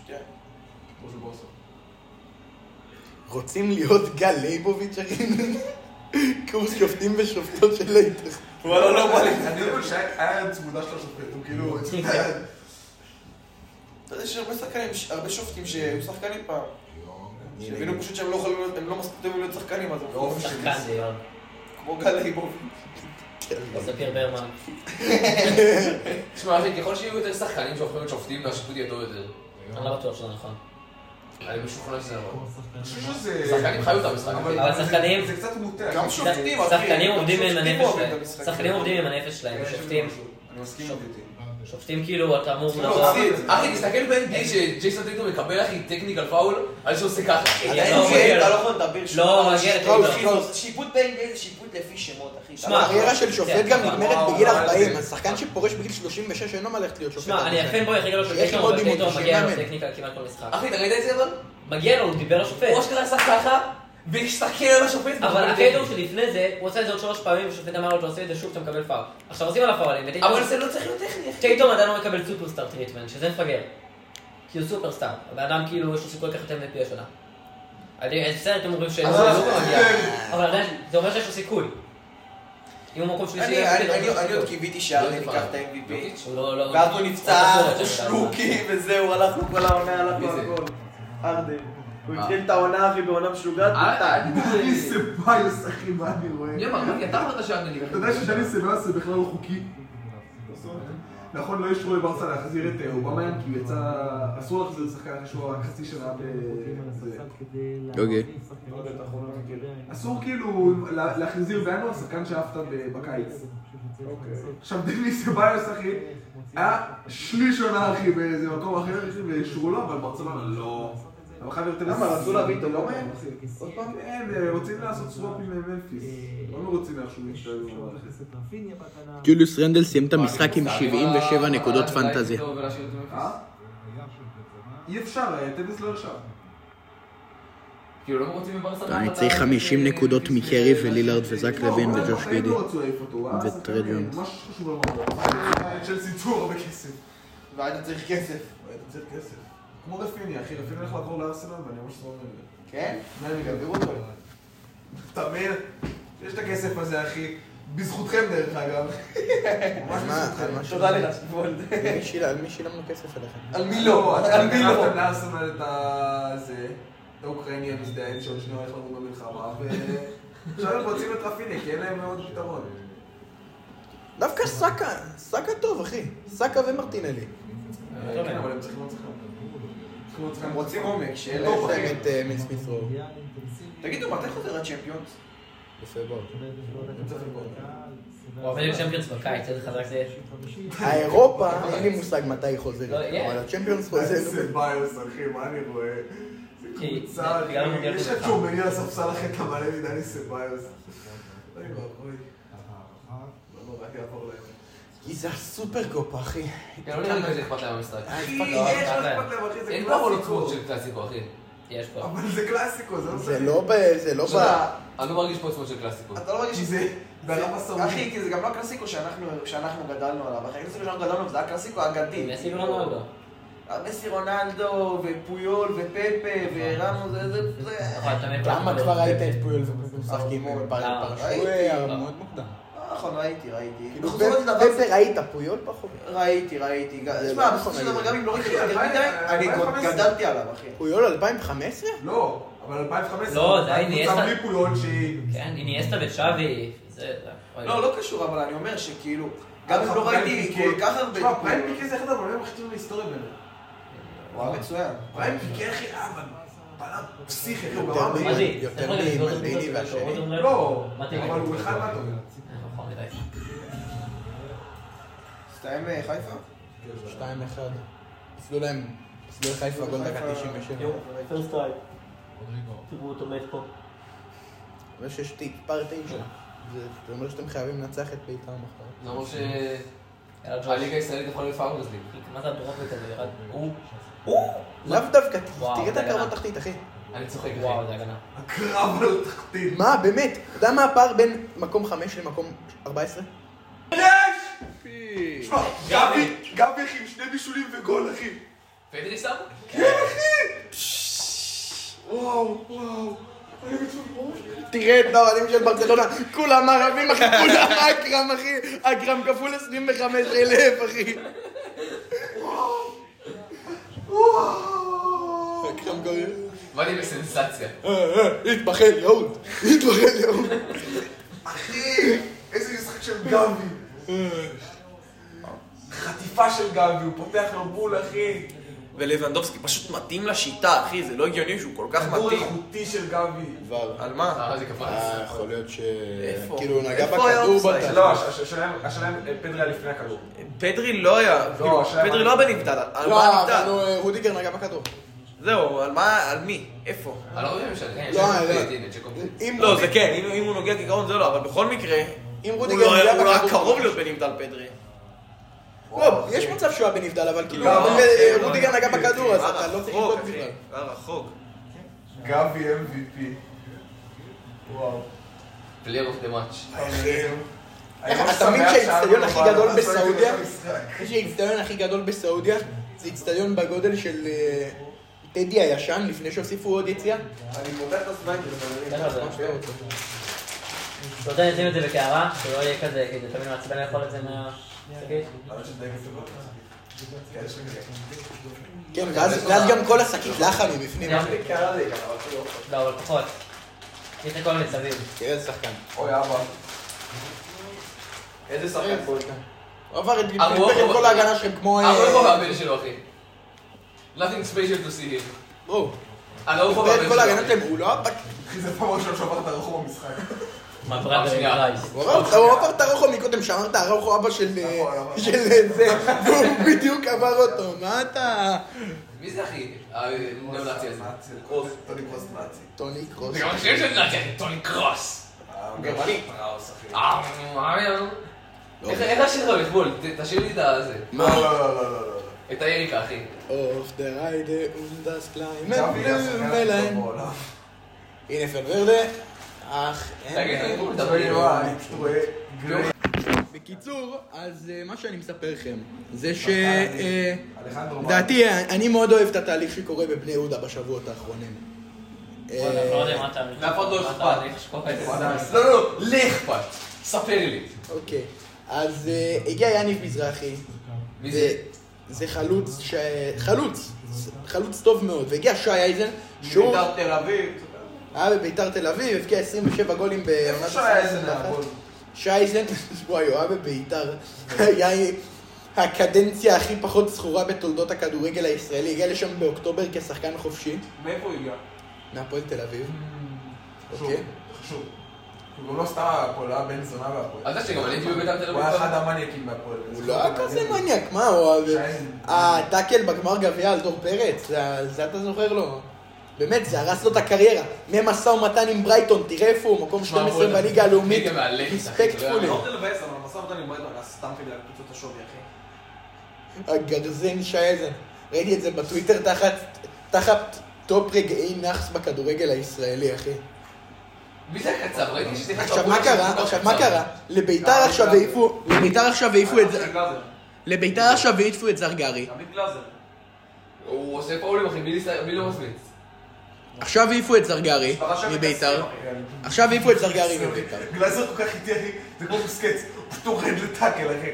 D: רוצים להיות גל לייבוביץ' אחי? קורס שופטים ושופטות של להתאחדות.
B: וואלה, לא בא לי.
C: אני אומר שהיה צמודה של השופט, הוא כאילו...
B: אתה יודע שיש הרבה שחקנים, ש- הרבה שופטים שהיו שחקנים פעם. שהבינו פשוט שהם לא יכולים להיות, הם לא מספיק טובים להיות שחקנים, אז הם
C: באופן של...
A: שחקן זה יואב.
B: כמו גל ליבוב.
A: ספיר ברמן.
E: תשמע, אחי, ככל שיהיו יותר שחקנים שהופכים להיות שופטים, השיפוט יהיה טוב יותר.
A: אני לא בטוח שזה נכון.
E: אני משוכנע שזה נכון.
C: אני חושב שזה...
E: שחקנים חיו את המשחק. אחי.
A: אבל
C: זה-
A: שחקנים-
C: זה קצת מוטה.
B: גם
C: אחי.
B: שופטים, אחי.
A: שחקנים
B: גם
A: עובדים עם
B: שופטים
A: הנפש
B: אוהבים את
A: שלהם.
B: המשחק.
A: שחקנים עובדים עם הנפש שלהם, שופטים.
C: אני מסכים איתי.
A: שופטים כאילו, אתה אמור
B: לא,
A: לבוא...
B: עשית.
E: אחי, תסתכל ב-NBA שג'ייסון טייטום מקבל, אחי, טכניקל פאול, על שעושה ככה.
B: אתה
A: לא
B: אין
A: מגיע
B: זה, אתה
A: לו.
B: לא יכול לדבר שום
A: לא,
B: דבר.
A: מגיע
B: שיפוט-
A: לך,
B: שיפוט- שיפוט ב-NBA זה שיפוט לפי שמות, אחי. אתה
A: שמע,
B: לא-
D: הקריירה של שופט גם נגמרת בגיל
C: וואו,
D: 40,
C: וואו.
D: אז שחקן שפורש בגיל 36 אינו מה ללכת להיות שופט.
A: שמע, אני
D: הרבה
A: הפן בוי הכי גדול של
D: שיש לו
A: טייטום, אבל
D: דימוי,
A: טייטום
D: שהוא
A: מגיע לו
D: מאמן.
A: טכניקה כמעט כל משחק.
E: אחי, אתה ראית את זה אבל?
A: מגיע לו, הוא דיבר לשופט.
E: הוא אשכרה עשה ככה, והסתכל על השופט.
A: כן. אבל
E: והוא
A: הקטע הוא
E: בודק.
A: שלפני זה, הוא עשה את זה עוד שלוש פעמים, והשופט אמר לו, אתה עושה את זה שוב, אתה מקבל פאול. עכשיו עושים עליו פאולים, וטייטום-
E: אבל זה לא צריך להיות טכני, אחי.
A: טייטום עדיין לא מקבל סופרסטאר טריטמנט, שזה מפגר. כי הוא סופרסטאר. הבן אדם כאילו, יש לו סיכוי לקחת MVP השנה. אני- בסדר, אתם אומרים שאין לו
B: לא
A: סיכוי, אבל עדיין, זה אומר שיש לו סיכוי. אם הוא מקום
B: אני-
A: שלישי,
B: אני-
A: יש לו
B: אני אני עוד
A: סיכוי.
B: קיוויתי שארדן
E: יוטיפ
B: ייקח
E: עליו.
B: את ה-MVP.
A: הוא לא- לא-
B: ואז הוא נפצע,
A: לא בטוח,
B: שלוקי וזהו, הלכנו כל העונה, הלכנו
E: מי זה?
B: על גול. ארדן. הוא התחיל את העונה אחי בעונה משוגעת.
E: אה, אל תדאג.
C: דניס סביוס, אחי, מה אני רואה?
E: מי אמר? מי? אתה אמרת שאנדלי.
C: אתה יודע שדניס סביוס זה בכלל לא חוקי? נכון, לא אישרו לברסה להחזיר את אה, אובמיין, כי הוא יצא... אסור להחזיר שחקן, יש לו רק חצי שנה ב... זה. אסור כאילו לה- להחזיר בינואר שחקן שאהבת ב- בקיץ.
G: אוקיי.
C: עכשיו דניס סביוס, אחי, היה שליש עונה, אחי, באיזה מקום אחר, אחי, ואישרו לו, אבל ברצלונה לא. אבל חייב יותר...
B: למה, רצו להביא את אובמיין?
C: לא עוד פעם, אין, אה, רוצים לעשות סוואפ עם מפיס. לא מרוצים איכשהו משתלב עם המערכת.
D: ג'וליוס רנדל סיים את
E: אה,
C: אה? אי אפשר, אה, טניס לא הרשם.
E: כאילו לא מרוצים מברסה.
D: אני
E: לקחת
D: צריך
E: את ה-
D: 50 נקודות מקרי ולילארד וזק
C: לא,
D: לוין
C: כל הזמן
D: וג'וש
C: בחיים
D: גידי.
C: לא רצו להעיף אותו, אה?
D: וטרי
C: שחקן,
D: ג'ונס.
C: משהו שחשוב למועדון. אה, צ'לסי צאו הרבה כסף.
B: והיית צריך כסף.
C: היית צריך כסף. כמו רפיני, אחי, רפיני הולך לעבור לארסנל ואני ממש סבבה מזה.
B: כן?
C: מה אני אעביר אותו? אתה מבין? יש את הכסף הזה, אחי. בזכותכם, דרך אגב. ממש בזכותכם.
B: תודה לך, שמואל.
D: על מי שילמנו כסף עליכם?
B: על מי לא? על מי לא?
C: לקחתם לארסנל את ה... זה... את האוקראיני המזדהן שעוד שנייה הולך לנו במלחמה, ו... עכשיו הם רוצים את רפיני, כי אין להם עוד פתרון.
D: דווקא סאקה, סאקה טוב אחי, סאקה ומרטינלי.
C: אה, כן, אבל הם צריכים עוד שחקן. צריכים עוד שחקן.
B: הם רוצים עומק, שאלה
D: יש
B: טוב,
D: להם
B: אחי.
D: את אה, מיל סמית' רו.
B: תגידו, מתי חוזר הצ'מפיונס?
D: בפברואר.
A: הוא עובד עם צ'מפיונס בקיץ, איזה חזק זה יש.
D: האירופה, אין לי מושג מתי היא
A: לא,
D: חוזרת,
A: יהיה.
D: אבל הצ'מפיונס חוזרת.
C: איזה ביוס, אחי, מה אני רואה? זה
A: כי-
C: קבוצה,
A: בגלל
C: אחי.
A: המונדיאל
C: יש
A: שלך.
C: את שומני על הספסל אחי, אתה מלא מדני סביוס. אוי ואבוי. לא נורא, לא, יעבור להם.
D: כי זה הסופרקופ, אחי.
E: לא נראה לי כזה אכפת להם במשחק.
C: אחי, יש לך
A: כן.
C: אכפת להם, אחי, זה
E: אין פה אבל
C: קלאסיקו.
E: עוצמות של קלאסיקו, אחי.
A: יש פה.
C: אבל זה קלאסיקו, זה לא
D: זה
C: משחק.
D: לא ב... זה לא ב...
E: אני לא מרגיש פה עוצמות של קלאסיקו.
B: אתה לא מרגיש
C: כי זה ברמה סעודית.
B: אחי, כי זה גם לא הקלאסיקו שאנחנו שאנחנו גדלנו עליו. אחי, הקלאסיקו שאנחנו גדלנו עליו זה היה הקלאסיקו האגדי. אה,
A: מסי לא ורונלדו.
B: מסי רונלדו, ופויול, ופפה, ורמוס, זה... זה- זה...
A: נכון, אתה מבין?
D: למה כבר ראית את פויול משחקים
B: אה,
D: בפרק
A: אה,
D: פרשו?
B: ראיתי.
D: אה, מאוד מוקדם.
B: לא נכון, ראיתי, ראיתי.
D: כאילו,
B: בסופו של דבר-
D: פפר ראית פויול פחות?
B: ראיתי, ראיתי. גם-
D: זה
B: תשמע,
D: לא
B: בסופו של
D: נכון.
B: דבר, גם אם לא ראיתי
C: אחי,
B: יותר
C: אלפיים-
B: מדי, אני
C: אלפיים
B: גד- גדלתי עליו, אחי.
D: פויול 2015?
C: לא, אבל 2015.
A: לא, זה היה
C: קבוצה
A: איניאסטה.
C: בלי פויול שהיא...
A: כן, איניאסטה וצ'אבי. זה... אוי.
B: לא, לא קשור, אבל אני אומר שכאילו, גם
D: אה,
B: אם לא
C: פריים
B: ראיתי
C: פיקה.
B: כל כך הרבה...
C: תשמע, פריים פיקה זה אחד הבעלים הכי טובים בהיסטוריה באמת.
B: הוא היה מצוין.
C: פריים פיקה, אחי, אה, אבל בלם פסיכי, אחי, הוא
D: יותר
C: ברמה-
D: מי-
A: מה זה?
D: יותר
A: צריך רגע
D: מי-
A: לסגור את
D: מלדיני
A: הקבוצות של
D: והשני?
A: רודון רלו.
C: לא,
A: מה אתה
C: אבל
A: אומר?
C: הוא אחד מהטובים.
A: נכון, מדי.
B: הסתיים אה, חיפה?
D: 2-1. פסלו להם, פסלו לחיפה גול דקה 97.
A: פרסט טרייק. תראו אותו מת פה.
D: אבל שיש תיק, פאר תשע. זה זה אומר שאתם חייבים לנצח את בית"ר מחר.
E: זה אומר שהליגה הישראלית יכולה לפארמרס ליג.
A: מה זה הדרופ הזה? ירד. הוא...
D: לאו דווקא,
A: וואו,
D: תראה את
A: זה
D: הקרבות
A: גנב.
D: תחתית, אחי.
E: אני צוחק,
A: וואו,
E: אחי.
A: זה הגנה.
C: הקרב על התחתית.
D: מה, באמת? אתה יודע מה הפער בין מקום 5 למקום 14?
C: תשמע, גבי, גבי, אחי, עם שני בישולים וגול, אחי.
E: פדרי שם?
C: וואו, וואו. אני מצוין.
D: תראה את האוהדים של ברצלונה, כולם ערבים אחי, כולם אגרם אחי, אגרם כפול 25 אלף אחי. אגרם גורם.
E: ואני בסנסציה.
D: התבחן אה, יהוד, התבחן יהוד.
C: אחי, איזה משחק של גבי. חטיפה של גבי, הוא פותח לו בול, אחי.
O: ולבנדובסקי פשוט מתאים לשיטה, אחי, זה לא הגיוני שהוא כל כך
C: כדור
O: מתאים.
C: איכותי של גבי.
O: על מה?
E: אה, זה קפץ.
D: אה, יכול להיות ש...
O: איפה?
D: כאילו, הוא נגע
O: איפה היה
D: בכדור
O: אופסייד?
D: בתל.
C: לא, הש- השאלה השאלה אם אה, פדרי היה לפני הכדור.
O: פדרי לא היה, כאילו,
C: השאלה
O: פדרי
C: מה-
O: לא בנבדל, על מה
D: לא,
O: נבדל?
D: אבל הוא, אה, רודיגר נגע בכדור.
O: זהו, על מה, על מי? איפה?
E: אני לא מבין משנה.
D: לא, לא. אם
O: לא,
D: רודיגר-
O: זה כן, אם- אם הוא נוגע כגרון זה לא, אבל בכל מקרה,
D: אם
O: הוא
D: רודיגר
O: לא
D: נגע
O: היה הוא
D: בכדור...
O: לא היה קרוב להיות בנבדל פדרי.
D: לא, יש מצב שהוא היה בנבדל, אבל כאילו,
O: לא,
D: אבל,
O: לא,
D: אה,
O: לא,
D: רודיגר
O: לא,
D: נגע בכדור, אז
O: היה
D: אתה לא צריך
O: רחוק,
D: לבדוק
O: אחי,
D: בכלל.
O: היה רחוק.
C: גבי MVP. וואו.
E: פלייר אוף דה מאץ'.
D: איך
C: לא
D: אתה מבין שהאיצטדיון הכי גדול בסעודיה? יש לי האיצטדיון הכי גדול בסעודיה, זה איצטדיון בגודל של אה, טדי הישן, לפני שהוסיפו עוד יציאה.
B: אני פותח את הסוויינגר, חברים.
C: לא
A: בסדר, זה משהו. אתה רוצה לשים את זה בקערה? שלא יהיה כזה, כי זה תמיד מעצבן לאכול את זה מה... שקית?
D: כן, ואז ואז גם כל השקית לחה מבפנים.
A: גם לא, אבל פחות. יש לכל מיני מסביב.
D: תראה איזה שחקן.
B: אוי, אבא.
O: איזה שחקן?
D: הוא עבר את גיל
O: אה,
E: ארוך,
D: פלפר עם
E: אבל-
D: כל ההגנה שלכם כמו... אה,
E: ארוך לא והבן שלו, אחי. Nothing special to see אה, him.
D: בואו,
E: ארוך
D: הוא עבר
E: והבן
D: את כל ההגנה
E: שלו.
D: שלכם, הוא לא עבר...
C: אחי, זה פעם ראשונה שעברת הרחוב במשחק.
A: מברד
E: שנייה.
A: ורייס.
D: הוא עבר- הוא עבר את הרוחו מקודם, שאמרת הרוחו אבא של... אה,
O: נכון,
D: של אה, זה, והוא בדיוק עבר אותו, מה אתה...
E: מי זה אחי? הנאו-נאצי הזה.
C: קרוס, טוני קרוס נאצי.
D: טוני קרוס.
E: זה גם השם של נאצי, טוני קרוס.
C: גרמני פראוס, אחי.
E: אה, מה היה?
D: לא.
E: איך איך השיר שלו אתמול? ת- תשאיר לי את הזה.
C: לא, לא, לא, לא, לא, לא.
E: את היריקה, אחי.
D: אוף דה ריידה אונדס קליימן
C: גבי היה השחקן הכי טוב
D: בלומלן.
C: בעולם.
D: הנה פלוורדה. אך,
E: תגיד, לא אני
D: אין...
E: פה
C: אוי,
E: מדבר.
C: וואי, תראה, גרי.
D: בקיצור, אז אה, מה שאני מספר לכם, זה ש... אה,
C: אלחנדרו
D: לדעתי, אני מאוד אוהב את התהליך שקורה בבני יהודה בשבועות האחרונים.
A: וואלה,
D: אה,
A: לא יודע מה אתה...
E: לאף אחד לא
A: מה
E: אכפת.
A: אתה הולך לשפוט את זה?
E: לא, לא, לא, לי אכפת. ספר לי.
D: אוקיי. אז אה, הגיע יניב מזרחי.
E: מי זה?
D: זה חלוץ, ש... חלוץ, חלוץ טוב מאוד. והגיע שי אייזן, שהוא
B: בית"ר תל אביב.
D: היה בביתר תל אביב, הבקיע 27 גולים בעונת
B: אפשר היה איזה
D: 21.
B: נעבוד.
D: שי אייזן, וואי, הוא היה בביתר. היה הקדנציה הכי פחות זכורה בתולדות הכדורגל הישראלי. הגיע לשם באוקטובר כשחקן חופשי,
C: מאיפה הוא הגיע?
D: מהפועל תל אביב.
C: חשוב,
D: אוקיי.
C: חשוב. הוא גם לא סתם הפועל, הוא היה בן זונה והפועל.
E: אתה יודע שגם אני הייתי בבית"ר תל אביב.
C: הוא היה אחד המניאקים בהפועל.
D: הוא לא היה כזה מניאק, מה הוא...
C: שי
D: ה-
C: אייזן.
D: הטאקל בגמר גביע על דור פרץ, זה- זה אתה זוכר לו. באמת, זה הרס לו את הקריירה. ממשא ומתן עם ברייטון, תראה איפה הוא, מקום 12
E: בואנה.
D: בליגה הלאומית.
E: ליגה מאלפת, אחי, לא, אתה יודע.
D: ריספקטפולי.
C: תלבס, לא אבל המסע שם אותה נגמרת העונה סתם כדי להקפיץ את השווי, אחי.
D: הגרזן שי אייזן. ראיתי את זה בטוויטר תחת, תחת טופ רגעי נאחס בכדורגל הישראלי, אחי.
E: מי זה הקצב? ראיתי שזה...
D: עכשיו מה קרה? עכשיו מה קרה? לביתר עכשיו העיפו, לביתר עכשיו העיפו את זה,
C: גלאזר.
D: לביתר עכשיו העיפו את זרגרי.
C: תמיד גלאזר.
E: הוא עושה פאולים אחי, בלי להסתכל- בלי לא מסמיץ.
D: עכשיו העיפו את זרגרי
C: אבל עכשיו
D: מביתר.
C: מתעסקים,
D: עכשיו העיפו את זרגרי
C: אחי.
D: מביתר.
C: גלאזר כל כך איטי, אחי, זה כמו מוסקץ, הוא טורד לטאקל, אחי.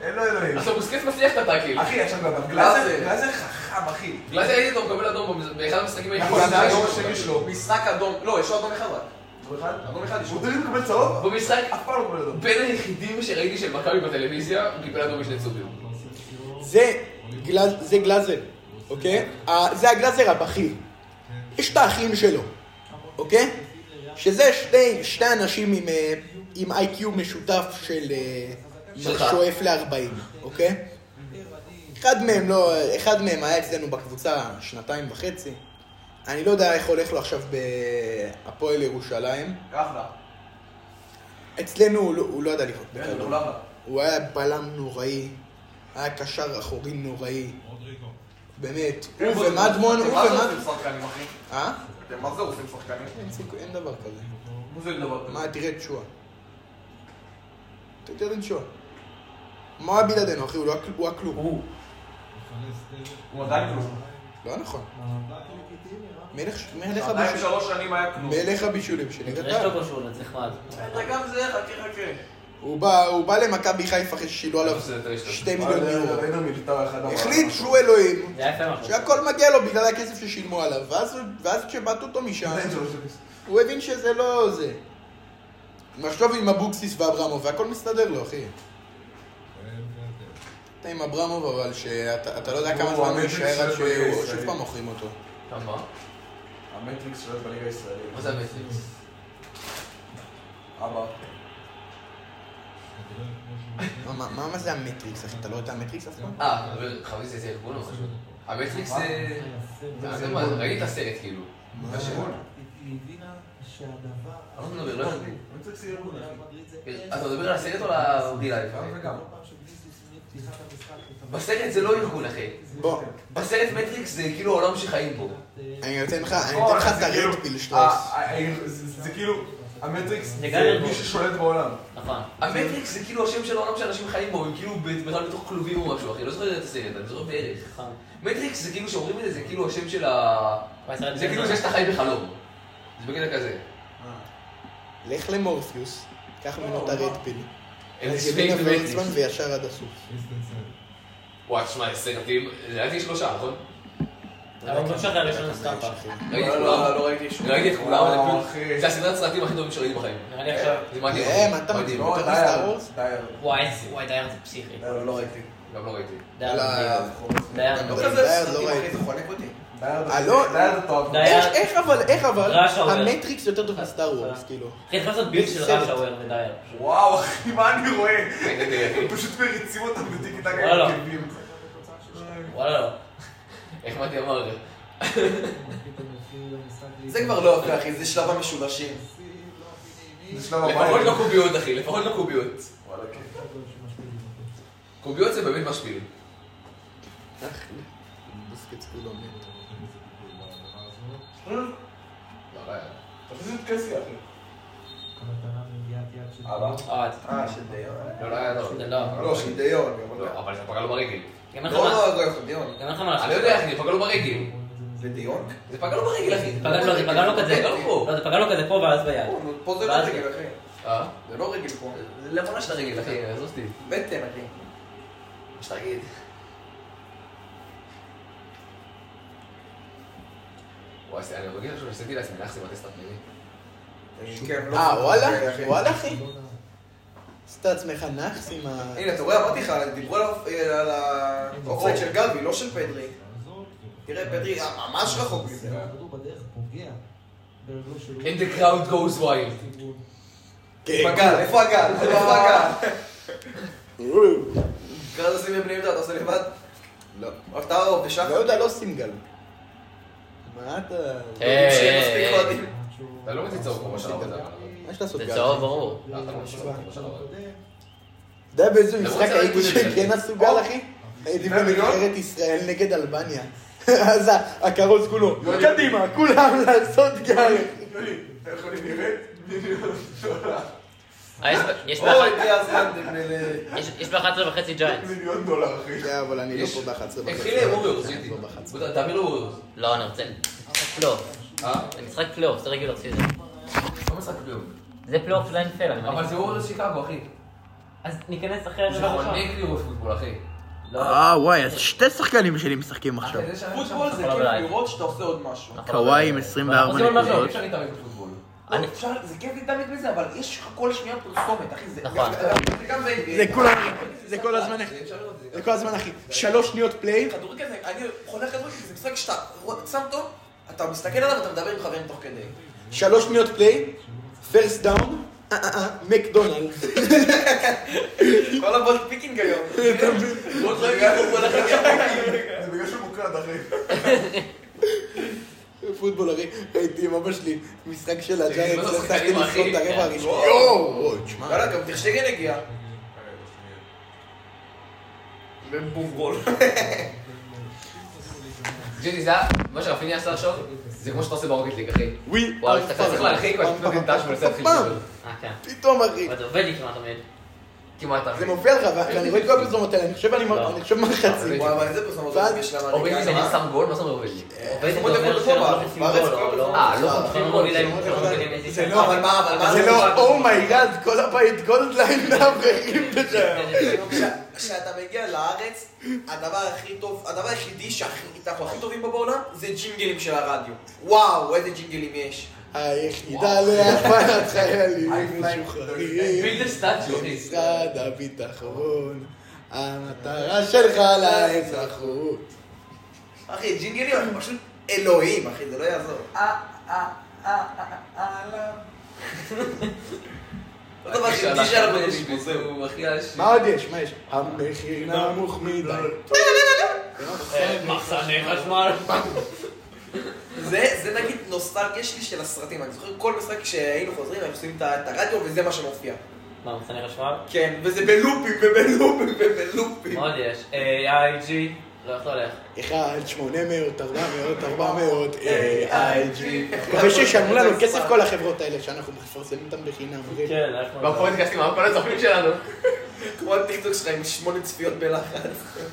C: אין לו אלוהים.
E: עכשיו בוסקץ מצליח את הטאקל.
C: אחי, עכשיו גם,
E: גלאזר.
C: גלאזר גלאזר חכם, אחי.
E: בגלל זה הייתי אותו מקבל אדום במז- באחד המשחקים
C: הוא עשה אדום
E: היחידים.
C: השני שלו. משחק אדום, לא, יש לו אדום אחד רק. אדום אחד? אדום אחד יש לו. הוא תמיד מקבל צהוב?
E: במשחק
C: אף פעם לא מקבל אדום.
E: בין היחידים שראיתי של מכבי בטלוויזיה, הוא קיבל אדום בשני צובים.
D: זה גלאז- זה גלאזר, אוקיי? ה- זה הגלאזר הבכיר. יש את האחים שלו, אוקיי? שזה שני, שני אנשים עם, אה, עם איי-קיו משותף של אה,
E: שלך.
D: שואף ל-40, אוקיי? אחד מהם לא, אחד מהם היה אצלנו בקבוצה שנתיים וחצי. אני לא יודע איך הולך לו עכשיו בהפועל ירושלים.
C: אחלה.
D: אצלנו הוא לא, הוא לא ידע לבעוט
C: באמת,
D: בכדור.
C: הוא לא אחלה.
D: הוא היה בלם נוראי, היה קשר אחורי נוראי. באמת, הוא ומדמון, הוא
C: אתם מה זה עושים
D: ומדמון.
C: שחקנים, אחי?
D: אה?
C: אתם מה זה עושים שחקנים?
D: אין סיכוי, אין דבר כזה.
C: מה זה דבר כזה?
D: מה, תראה את שואה. תראה את שואה. מה הוא היה בלעדינו, אחי? הוא לא היה כל- הוא היה כלום.
C: הוא עדיין כלום.
D: לא נכון. מלך מלך
C: עדיין
D: הבישולים
C: שלוש שנים היה כלום.
D: מלך הבישולים שלי.
A: יש
D: אתה.
A: לו פה שהוא זה נחמד.
C: אתה גם זה, חכה חכה.
D: הוא בא- הוא בא למכבי חיפה אחרי ששילמו עליו
E: זה יותר השתלטות.
D: שתי מיליון יורו.
C: ראינו מלטר אחד אמר.
D: החליט שהוא אלוהים.
A: זה היה יפה משהו.
D: שהכל מגיע לו בגלל הכסף ששילמו עליו, ואז, ואז כשבעטו אותו משם, הוא הבין שזה לא זה. נחשוב עם אבוקסיס ואברמוב, והכל מסתדר לו, אחי. אתה עם אברמוב, אבל שאתה אתה לא יודע כמה
C: הוא
D: זמן הוא
C: המלך
D: יישאר עד
C: של בליגה
D: שהוא
C: הישראלית.
D: שוב פעם מוכרים אותו.
E: מה?
C: המטריקס שלו בליגה הישראלית.
E: מה זה המטריקס?
C: אבא.
D: מה- מה מה- מה זה המטריקס, אחי? אתה לא יודע המטריקס אף פעם?
E: אה, אתה מדבר- חשבתי שזה ארגון או משהו. המטריקס זה... אתה יודע מה, ראיתי את הסרט כאילו.
D: מה?
E: אני לא מדבר, לא הבנתי.
C: המטריקס היא ארגון, אחי.
E: אתה מדבר על הסרט או על הרילה
C: גם וגם.
E: בסרט זה לא ארגון אחי.
D: בוא,
E: בסרט מטריקס זה כאילו העולם שחיים בו.
D: אני אתן
C: נכון,
D: לך, אני אתן לך את
C: אה,
D: הרדפיל שטרוס.
C: זה כאילו, המטריקס
A: זה גם ארגון.
C: מי ששולט בעולם.
A: נכון.
E: המטריקס זה כאילו השם של העולם שאנשים חיים בו, הם כאילו ב- בכלל בתוך כלובים או משהו אחי, לא זוכר את הסרט, אני זוכר בערך.
A: נכון.
E: מטריקס זה כאילו שאומרים את זה, זה כאילו השם של ה... זה
A: לא
E: כאילו
A: נכון.
E: זה שאתה חי בחלום. זה בקטע כזה.
C: אה.
D: לך למורפיוס, קח ממנו את הרדפיל.
E: הם
D: אז
E: נספים
D: ימינה ורצמן
E: במטריקס.
D: וישר עד הסוף.
E: וואי, תשמע, סרטים, לדעתי שלושה, נכון?
A: אבל הוא לא שחרר ראשון סטאפה.
D: אחי.
E: ראיתי את
C: לא,
E: כולם,
C: לא ראיתי שום.
E: ראיתי את כולם, זה
C: וואו,
E: פשוט-
C: אחי.
E: זה הסדרת סרטים הכי טובים שראיתי בחיים.
A: נראה לי עכשיו...
E: זה מדהים.
D: אה, מה אתה
E: מדהים.
D: מדהים?
C: לא,
D: יותר
C: די,
D: מסטאר וורס?
C: די,
A: וואי, איזה- וואי, דייר זה פסיכי.
C: לא, לא ראיתי.
E: גם לא ראיתי.
A: דייר זה
D: וואלה,
A: מדהים. דייר.
D: לא
C: לא
D: ראיתי,
C: כזה
D: דייר,
C: סרטים,
D: לא
C: אחי,
D: ראיתי.
C: זה חונק אותי.
D: אה, לא?
C: דייר זה טוב.
A: דייר.
D: איך, איך אבל, איך אבל,
A: רעש האוהב.
D: המטריקס יותר טוב מסטאר וורס, כאילו.
A: אחי, אתה יכול לעשות ביט של
D: סרט.
A: ראש האוור ודייר.
C: וואו, אחי, מה אני רואה?
E: ראיתי את זה, אחי.
C: הם פשוט מריצים אותם בטיקי טק
A: לא, לא.
C: עם כלבים.
A: וואלה לא.
E: איך מתי אמר?
C: זה כבר לא יפה, אחי, זה שלב המשולשים. זה שלב
E: לפחות
C: הבית.
E: לא קוביות, אחי, לפחות לא קוביות.
C: וואלה, כן.
E: קוביות זה באמת משפיל.
D: בוסקטס כולו מת.
E: לא,
C: אתה פשוט קסי, אחי. אבא.
A: אה, את-
C: אה, של דיון.
E: לא, לא היה טוב.
A: זה לא.
C: לא, של דיון.
E: לא, אבל זה פגע לו ברגל.
A: גם אין
C: לא,
A: לך מה-
C: לא, לא, של דיון.
A: גם אין לך מה לעשות.
E: אני לא יודע, אחי, זה פגע לו ברגל.
C: זה דיון?
E: זה פגע לו ברגל, אחי.
A: פגע- לא, זה פגע לו כזה.
E: פגע לו פה.
A: לא, זה פגע לו כזה פה ואז ביד.
C: פה זה לא
A: ואז-
C: רגל, אחי.
E: אה?
C: זה לא רגל פה.
E: זה למעלה של הרגל, אחי, עזוב אותי.
C: בטן, אחי.
E: שתגיד. וואי, זה- אני מרגיש עכשיו שעשיתי לעצמי נחסי בטסט הפנימי.
C: כן, לא-
D: אה, וואלה?
C: אחי.
D: וואלה, אחי? עשית עצמך נאחס עם ה...
C: הנה, אתה רואה, אמרתי לך, דיברו על ה- על
D: אוקיי.
C: האופסייד של גבי, לא של פדרי. תראה, פדרי אה, ממש רחוק מזה.
E: And the crowd goes wild.
D: כן.
C: בגל, איפה הגל? איפה הגל? קראת לשים לבני יהודה, אתה עושה לבד?
D: לא.
C: רק אתה או
D: לא
C: בשחר?
D: יודע, לא עושים גל. מה אתה...
C: לא,
A: אה,
C: שיהיה מספיק אוהדים.
E: אתה לא מציץ צהוב כמו בשלב הזה. אבל-
D: מה יש לעשות
A: אה, זה
D: גל?
A: צהוב ברור.
E: לא, אתה לא מציץ צהוב כמו בשלב הזה.
D: אתה יודע באיזה
E: למרות
D: משחק
E: זה
D: הייתי
E: הליכוד יותר.
D: שכן הסוגל, אחי? הייתי בנבחרת ישראל נגד אלבניה. אז ה- הכרוז כולו, קדימה, כולם לעשות גל.
A: אה, יש- יש
B: או,
A: באחת-
B: הגיע הזמן, דמבלה.
A: יש- יש ב-11 וחצי ג'יינטס.
D: כן, אבל אני לא
E: יש-
D: פה ב-11
E: התחיל עם ווריורס, איתי. תעביר לו ווריורס.
A: לא, אני רוצה... פלייאוף.
E: אה?
A: זה משחק פלייאוף, זה רגולר סיזון.
E: לא משחק כלום.
A: זה פלייאוף של ה-NFL, אני
E: אבל
A: מניח.
E: זה ווריורס שיקגו, אחי.
A: אז ניכנס אחרי
E: זה
A: הדבר
C: נכון,
A: הראשון. לא,
E: חונק לי ראש פוטבול, אחי.
D: אה, וואי, אז שתי שחקנים שלי משחקים עכשיו.
E: אחי, זה שאני-
B: פוטבול זה
A: אבל
B: כיף
A: עליי.
B: לראות שאתה עושה עוד משהו.
A: נכון.
D: קוואי עם 24
A: עושים על מה
E: אי
D: נקודות.
E: אפשר להתעמק בפוטבול.
A: אני-
B: לא, אפשר- זה כיף להתעמק בזה, אבל יש לך כל שנייה פרסומת, אחי. זה-
A: נכון.
B: זה גם ב-
D: זה כולם, זה כל הזמן, אחי. זה כל הזמן, אחי. שלוש שניות פליי.
B: כדורגל זה, אני חולה כדורגל, זה משחק שאתה רוא- שם אותו, אתה מסתכל עליו ואתה מדבר עם חברים תוך כדי.
D: שלוש שניות פליי, פרסט דאון, אה, אה, אה, מקדונלד.
B: כל הבולט פיקינג היום. לא
C: זה בגלל שהוא מוקלט, אחי.
D: פוטבול הרי, ראיתי עם אבא שלי משחק של הג'יינט,
E: לא
D: לא הצלחתי
E: שחקנים,
D: לזכות את
E: אחי.
D: הרבע הראשון.
B: וואו.
D: יואו, תשמע.
B: וואלה, גם טרשטגן הגיע. ובום גול.
E: ג'יני, זה היה- מה שרפיני עשה עכשיו, זה כמו שאתה עושה ברוקט ליג, אחי.
D: ווי,
E: וואו, אתה צריך להרחיק, אבל פתאום נותן דש ולצאת
D: פעם,
E: חישוב.
A: אה, כן.
D: פתאום אחי.
A: אבל זה עובד לי כמעט עומד.
E: כמעט, אחי.
D: זה מופיע לך, ו-
E: לא.
D: ואני רואה את כל הפרסומות האלה, אני חושב אני מ-
A: לא.
D: אני חושב מחצי.
B: וואי, אבל איזה פרסומות
D: ואז-
B: יש להם, אני
E: אוריבי זה
B: גם-
E: שם גול, מה זה אומר אוריבי?
D: אה,
A: עובד זה
B: זה
A: אומר
B: כמו
A: שלא
B: דפובה.
A: חוטפים
B: בארץ
A: גול,
B: כל
A: או לא.
B: הזמן.
E: אה, לא
A: לא
E: חוטפים
A: חוטפים
E: גול.
A: גול, אלא אם
E: זה
A: לא
E: לא-
A: מבינים איזה
B: זה
A: שם.
B: לא, אבל מה, אבל מה,
D: זה לא, אומייגאד, כל הבית גולדליין לאברכים
A: כן.
D: בשם.
B: כש- כשאתה מגיע לארץ, הדבר הכי טוב, הדבר היחידי שאנחנו הכי טובים בו בעולם, זה ג'ינגלים של הרדיו. וואו, איזה ג'ינגלים יש.
D: היחידה להפלת חיילים
C: High
D: משוחררים.
E: בילדר סטאצ'ו, אחי.
D: משרד הביטחון, המטרה שלך לאזרחות.
B: אחי, ג'ינגלים אנחנו פשוט אלוהים, אחי, זה לא יעזור. לא דבר שימתי שאנחנו יש פה, זהו.
E: הוא הכי אשי.
D: מה עוד יש? מה יש? המחיר נמוך מדי.
A: מחסני חשמל.
B: זה, זה נגיד נוסטלגיה שלי של הסרטים. אני זוכר כל משחק כשהיינו חוזרים, היינו עושים את ה- את הרדיו וזה מה שמופיע.
A: מה, מחסני חשמל?
B: כן, וזה בלופים ובלופים ובלופים.
A: מה עוד יש? אה, IG? לא, איך זה הולך?
D: אחד, 800, 400, 400, AIG. מקווה שישלמו לנו כסף כל החברות האלה שאנחנו מפרסמים אותן בחינם. אחי.
A: כן, איך זה הולך?
E: בפודקאסטים, מה כל הצופים שלנו?
B: כמו הטיקטוק שלך עם שמונה צפיות בלחץ.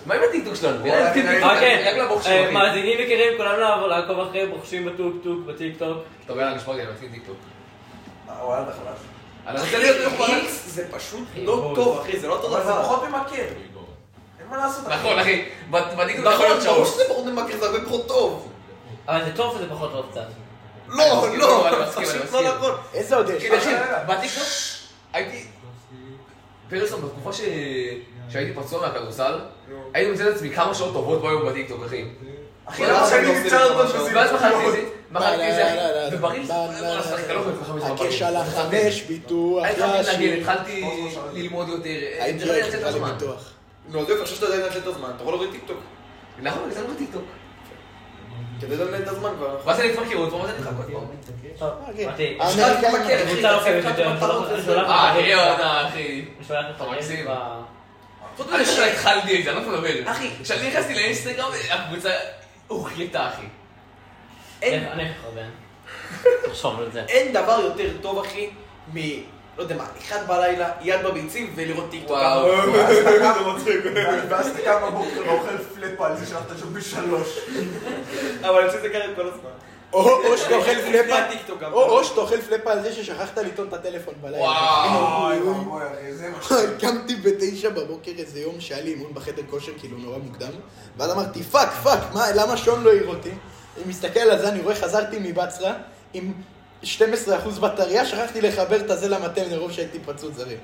E: מה עם הטיקטוק שלנו?
B: וואי,
E: אין טיקטוק,
A: אה,
E: רק
A: כן,
E: לבוחשים,
A: אה,
E: אחי.
A: מאזינים יקרים, כולם לעבור- לעקוב אחרי בוחשים בטוקטוק, בטיקטוק.
E: טוב, יאללה, נשמע גם, נתחיל טיקטוק.
C: אה,
B: וואלה, חלש.
E: אני רוצה
B: אחי,
E: להיות
B: איקס זה פשוט לא טוב, אחי, זה לא אותו
C: אבל זה
B: דבר.
C: פחות ממכר.
B: אין מה לעשות, אחי.
E: נכון, אחי. בטיקטוק אתה יכול
B: נכון,
E: להיות
B: ברור
E: שעות.
B: שזה פחות ממכר, זה הרבה פחות טוב.
A: אבל זה טוב שזה פחות טוב קצת.
B: לא,
E: מסכים,
B: לא,
E: אני מסכים, אני
B: פשוט
E: מסכים.
B: לא נכון.
D: איזה עוד יש?
E: כאילו, אחי, בטיקטוק הייתי... פרסון, בתקופה ש- שהייתי פצוע מהכדורסל, הייתי מוצא את עצמי כמה שעות טובות ביום בטיקטוק, אחי.
B: אחי, למה שאני
C: אני
B: נמצא
C: נמצא
B: אותו
C: אותו
E: ואז מחלתי את זה, מחלתי את
D: לא, לא, לא,
E: זה,
D: לא.
E: ובריא,
D: לא, לא, לא. הקש על החמש, ביטוח,
E: הייתי חייב
D: רש"י.
E: לנגן, התחלתי ללמוד יותר, אה, לא
D: הייתי
E: התחלתי לצאת
D: על
E: הזמן.
D: ביטוח.
B: נו, אז יופי, עכשיו שאתה יודע לנצל את הזמן, אתה יכול להוריד טיקטוק.
E: נכון, זה לא בטיקטוק.
B: אתה יודע לנצל את הזמן כבר, נכון?
E: ואז אני מתמכר עוד פעם, ואז אני חכה עוד פעם.
A: טוב,
D: אוקיי.
A: מתי,
D: אה,
B: כן,
A: הקבוצה לא חייבת יותר, אני שולח- אני שולח
E: אה,
A: לחברים-
E: תראה עונה, אחי.
A: אני שולח לחברים
E: מקסים.
A: ב-
B: חוץ
E: אני
B: מזה
E: חושב
B: ש-
E: שהתחלתי את זה, אני לא מדבר.
B: אחי.
E: כשאני נכנסתי לאינסטגרם, הקבוצה הוחלטה, אחי.
B: אין-
A: איך- איך חרבן? תרשום לו את זה.
B: אין דבר יותר טוב, אחי, מ... לא יודע מה, אחד בלילה, יד בביצים ולראות טיקטוק. אה,
E: וואו.
C: ואז אתה קם בבוקר, אוכל פלאפה על זה שהלכת שם בשלוש.
B: אבל אני חושב שזה קרה כל הזמן.
D: או או שאתה אוכל
B: לפני
D: פלאפה,
B: הטיקטוק גם.
D: או או שאתה אוכל פלאפה על זה ששכחת לטעון את הטלפון בלילה.
E: וואו.
C: אוי ואבוי, אחי, זה מה ש...
D: קמתי בתשע בבוקר איזה יום שהיה לי אימון בחדר כושר, כאילו נורא מוקדם, ואז אמרתי, פאק, פאק, מה, למה שון לא העיר אותי? אני מסתכל על זה, אני רואה, חזרתי מבצרה עם 12% בטריה, שכחתי לחבר את הזה למטה מרוב שהייתי פצות זרי.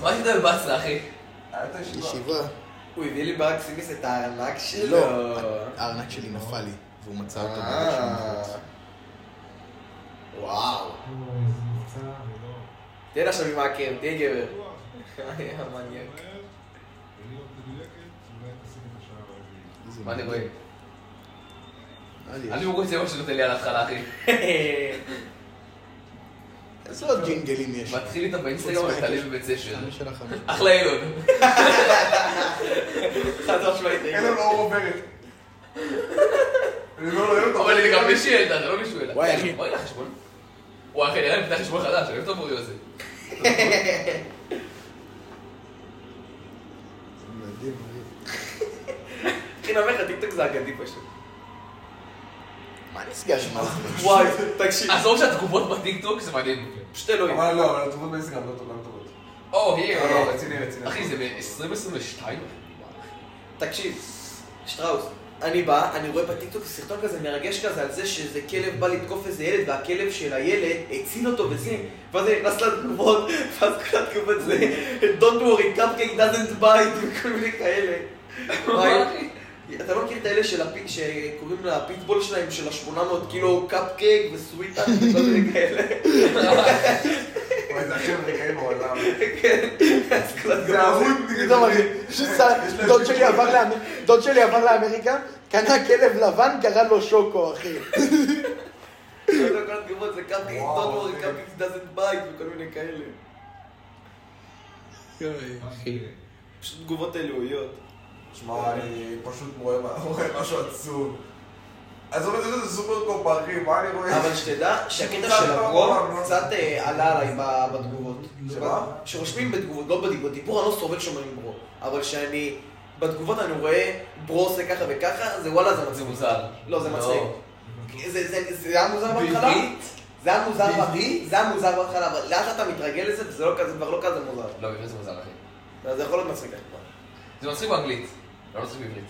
E: מה עשית בבאסה, אחי?
C: היה את הישיבה.
D: ישיבה.
B: הוא הביא לי באקסימיס את הארנק שלו.
D: לא, הארנק שלי נפל לי, והוא מצא אותו.
B: אה. וואו. תן עכשיו עם העקב, תהיה גבר.
E: אה,
B: היה מניאק.
E: מה אני רואה?
D: מה לי יש?
E: אני רואה את זה מה שנותן לי על ההתחלה, אחי.
D: איזה עוד ג'ינגלים יש?
E: מתחיל איתם באינסטגרם ומתעלים בבית ספר.
D: אני של החמש.
E: אחלה אילון. חד משמעית.
C: אלא לא עוברת. אני לא אוהב אותו.
E: אבל זה גם מישהי העלתה, זה לא מישהו העלתה.
D: וואי, אחי.
E: בואי לחשבון. וואי אחי, נראה לי פתח חשבון חדש, אני אוהב את הבוריו הזה.
D: מדהים, מדהים.
E: אחי נאמר לך, טיקטוק זה אגדי פשוט.
D: מה נסגר עם הזמן?
E: וואי, תקשיב. עזוב שהתגובות בטיקטוק זה מדהים. פשוט אלוהים.
C: אבל לא, אבל התגובות באינסטגרם לא טובות, לא טובות.
E: או, היא,
C: לא, לא, רציני, רציני.
E: אחי, זה מ-2022?
B: תקשיב, שטראוס, אני בא, אני רואה בטיקטוק סרטון כזה מרגש כזה על זה שאיזה כלב בא לתקוף איזה ילד והכלב של הילד הציל אותו וזה ואז אני נכנס לתגובות, ואז כל התגובות זה Don't worry, cupcake doesn't bite וכל מיני כאלה. וואי, אתה לא מכיר את האלה של הפיט, שקוראים לפיטבול שלהם של ה-800 קילו קפקייק וסוויטה וכל מיני כאלה.
C: וואי, זה הכי מרגעים בעולם.
B: כן, אז כל התגובות.
C: זה אבוד נגד
D: פתאום אני, שסע- דוד שלי עבר לאמריקה, דוד שלי עבר לאמריקה, קנה כלב לבן, קרא לו שוקו, אחי.
B: כל התגובות זה קפקייק, Don't
C: וואו,
B: worry,
C: זה-
B: cupcake doesn't bite וכל מיני כאלה. פשוט תגובות אלוהיות.
C: שמע, אני פשוט רואה מה- רואה משהו עצוב. עזוב את זה, זה סופר קופ, אחי, מה אני רואה?
B: אבל שתדע שהקטע
C: קצת
B: של
C: לא
B: הברום
C: אמרנו.
B: קצת אה, עלה עליי ב- בתגובות.
C: שמה?
B: שרושמים בתגובות, לא בדיבור, בדיבור אני לא סובל שאומרים ברו. אבל שאני, בתגובות אני רואה ברו עושה ככה וככה, זה וואלה זה
E: זה
B: מצחיק.
E: מוזר.
B: לא, זה מצחיק.
E: לא.
B: זה- זה- זה היה מוזר בהתחלה?
E: בעברית?
B: זה היה מוזר
E: בעברית?
B: בהתחלה, זה היה מוזר בהתחלה, אבל לאט אתה מתרגל לזה וזה לא כזה, כבר לא כזה מוזר.
E: לא, בעברית זה מוזר, אחי.
B: אז זה יכול להיות מצחיק. כבר.
E: זה מצחיק באנגלית. לא מצחיק בעברית.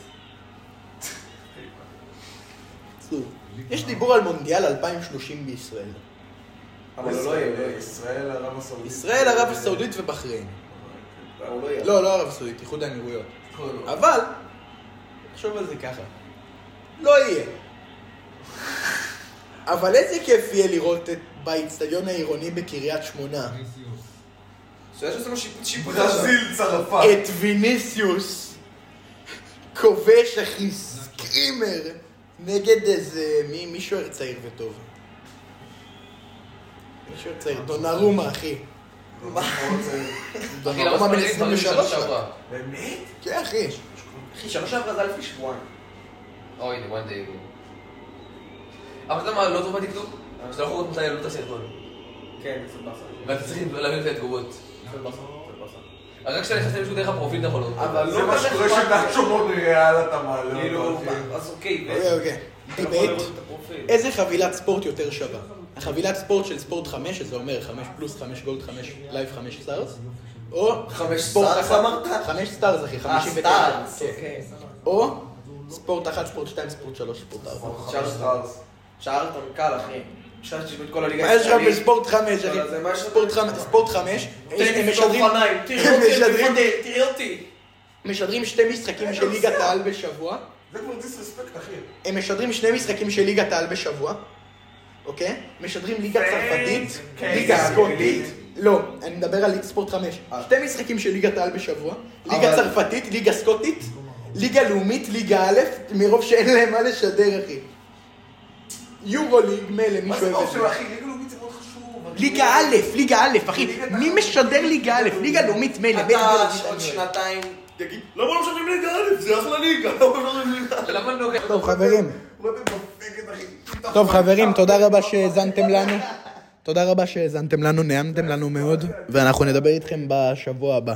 D: יש דיבור על מונדיאל 2030 בישראל.
B: אבל לא יהיה, לא יהיה.
C: ישראל, ערב הסעודית.
D: ישראל, ערב הסעודית ובחריין.
B: הוא לא יהיה.
D: לא, לא ערב הסעודית, איחוד האמירויות.
C: כל-
D: אבל, תחשוב על זה ככה. לא יהיה. אבל איזה כיף יהיה לראות את באיצטדיון העירוני בקריית שמונה.
B: שיש עושים לו לא שיפוט שיפוט. כן.
C: ברזיל, צרפת.
D: את ויניסיוס כובש אחי סקרימר נגד איזה מי, מי שוער צעיר וטוב. מי שוער צעיר? דונרומה אה, אחי.
C: לא
B: מה?
C: נכון,
E: אחי, למה
D: דונרומה בן
E: ספרדים דברים
D: 23
E: שנה
D: כבר.
E: שעברה?
C: באמת?
D: כן אחי.
B: אחי, שנה שעברה זה היה לפני שבועיים.
E: או, Oh, הנה, one day. אבל אתה יודע מה, לא טוב בטיקטוק? שאתה לא יכול לראות מתי העלו את הסרטון.
B: כן, זה באסה.
E: ואתה צריך להבין את התגובות.
B: זה באסה. זה באסה.
E: רק כשאתה נכנס למישהו דרך הפרופיל אתה יכול לראות.
B: אבל
C: זה מה
B: לא
C: שקורה
B: כזה אכפת
C: שנאצ'ו מונריאל אתה מעלה
B: כאילו,
C: אותו, אחי.
B: אז אוקיי, ו-
D: אוקיי אוקיי.
B: אתה יכול
D: דיבייט.
B: לראות את הפרופיל.
D: איזה חבילת ספורט יותר שווה? החבילת ספורט של ספורט 5, שזה אומר 5 פלוס 5 גולד 5 לייב 5 סטארס? או
B: חמש
D: ספורט
B: סטארס
D: אחת-
B: אמרת?
D: חמש סטארס אחי, 59.
B: הסטארס,
D: כן.
B: אוקיי.
D: או ספורט 1, ספורט 2, ספורט 3, ספורט 4.
C: חמש סטארס.
B: שארטון קל, אחי. אפשר שתשמעו את כל הליגה
D: מה יש לך
B: הישראלית.
D: בספורט 5,
B: אבל זה מה
D: אחי?
B: שאתה-
D: ספורט 5, ספורט 5, הם
B: טניס
D: משדרים-
B: באופניים, תראה
D: הם
B: אותי,
D: משדרים-
B: מפנדל, תראה אותי.
D: משדרים שתי משחקים של ליגת העל בשבוע.
C: זה כבר דיסרספקט, אחי.
D: הם משדרים שני משחקים של ליגת העל בשבוע, אוקיי? משדרים ליגה צרפתית,
C: כן,
D: ליגה סקוטית. לא, אני מדבר על ליגת ספורט 5.
C: אה.
D: שתי משחקים של ליגת העל בשבוע, ליגה צרפתית, ליגה סקוטית, ליגה לאומית, ליגה א', מרוב שאין להם מה לשדר, אחי. יורו ליג, מילא,
C: מה
D: מישהו
C: זה
D: אוהב את זה.
C: אופציה, אחי? ליגה לאומית זה מאוד חשוב. אני-
D: ליגה א', ליגה א', אחי.
C: ליגת
D: מי
C: העל.
D: משדר ליגה א', ליגה לאומית, מילא, מילא, מילא,
B: אתה עוד
D: מילא.
B: שנתיים תגיד, למה לא משדרים ליגה א', זה אחלה ליגה, למה לא משדרים ליגה א'?
E: למה אני לא...
D: טוב, חברים.
C: רותם דופקת, אחי.
D: טוב חברים, תודה רבה שהאזנתם לנו. תודה רבה שהאזנתם לנו, נעמתם לנו מאוד, ואנחנו נדבר איתכם בשבוע הבא.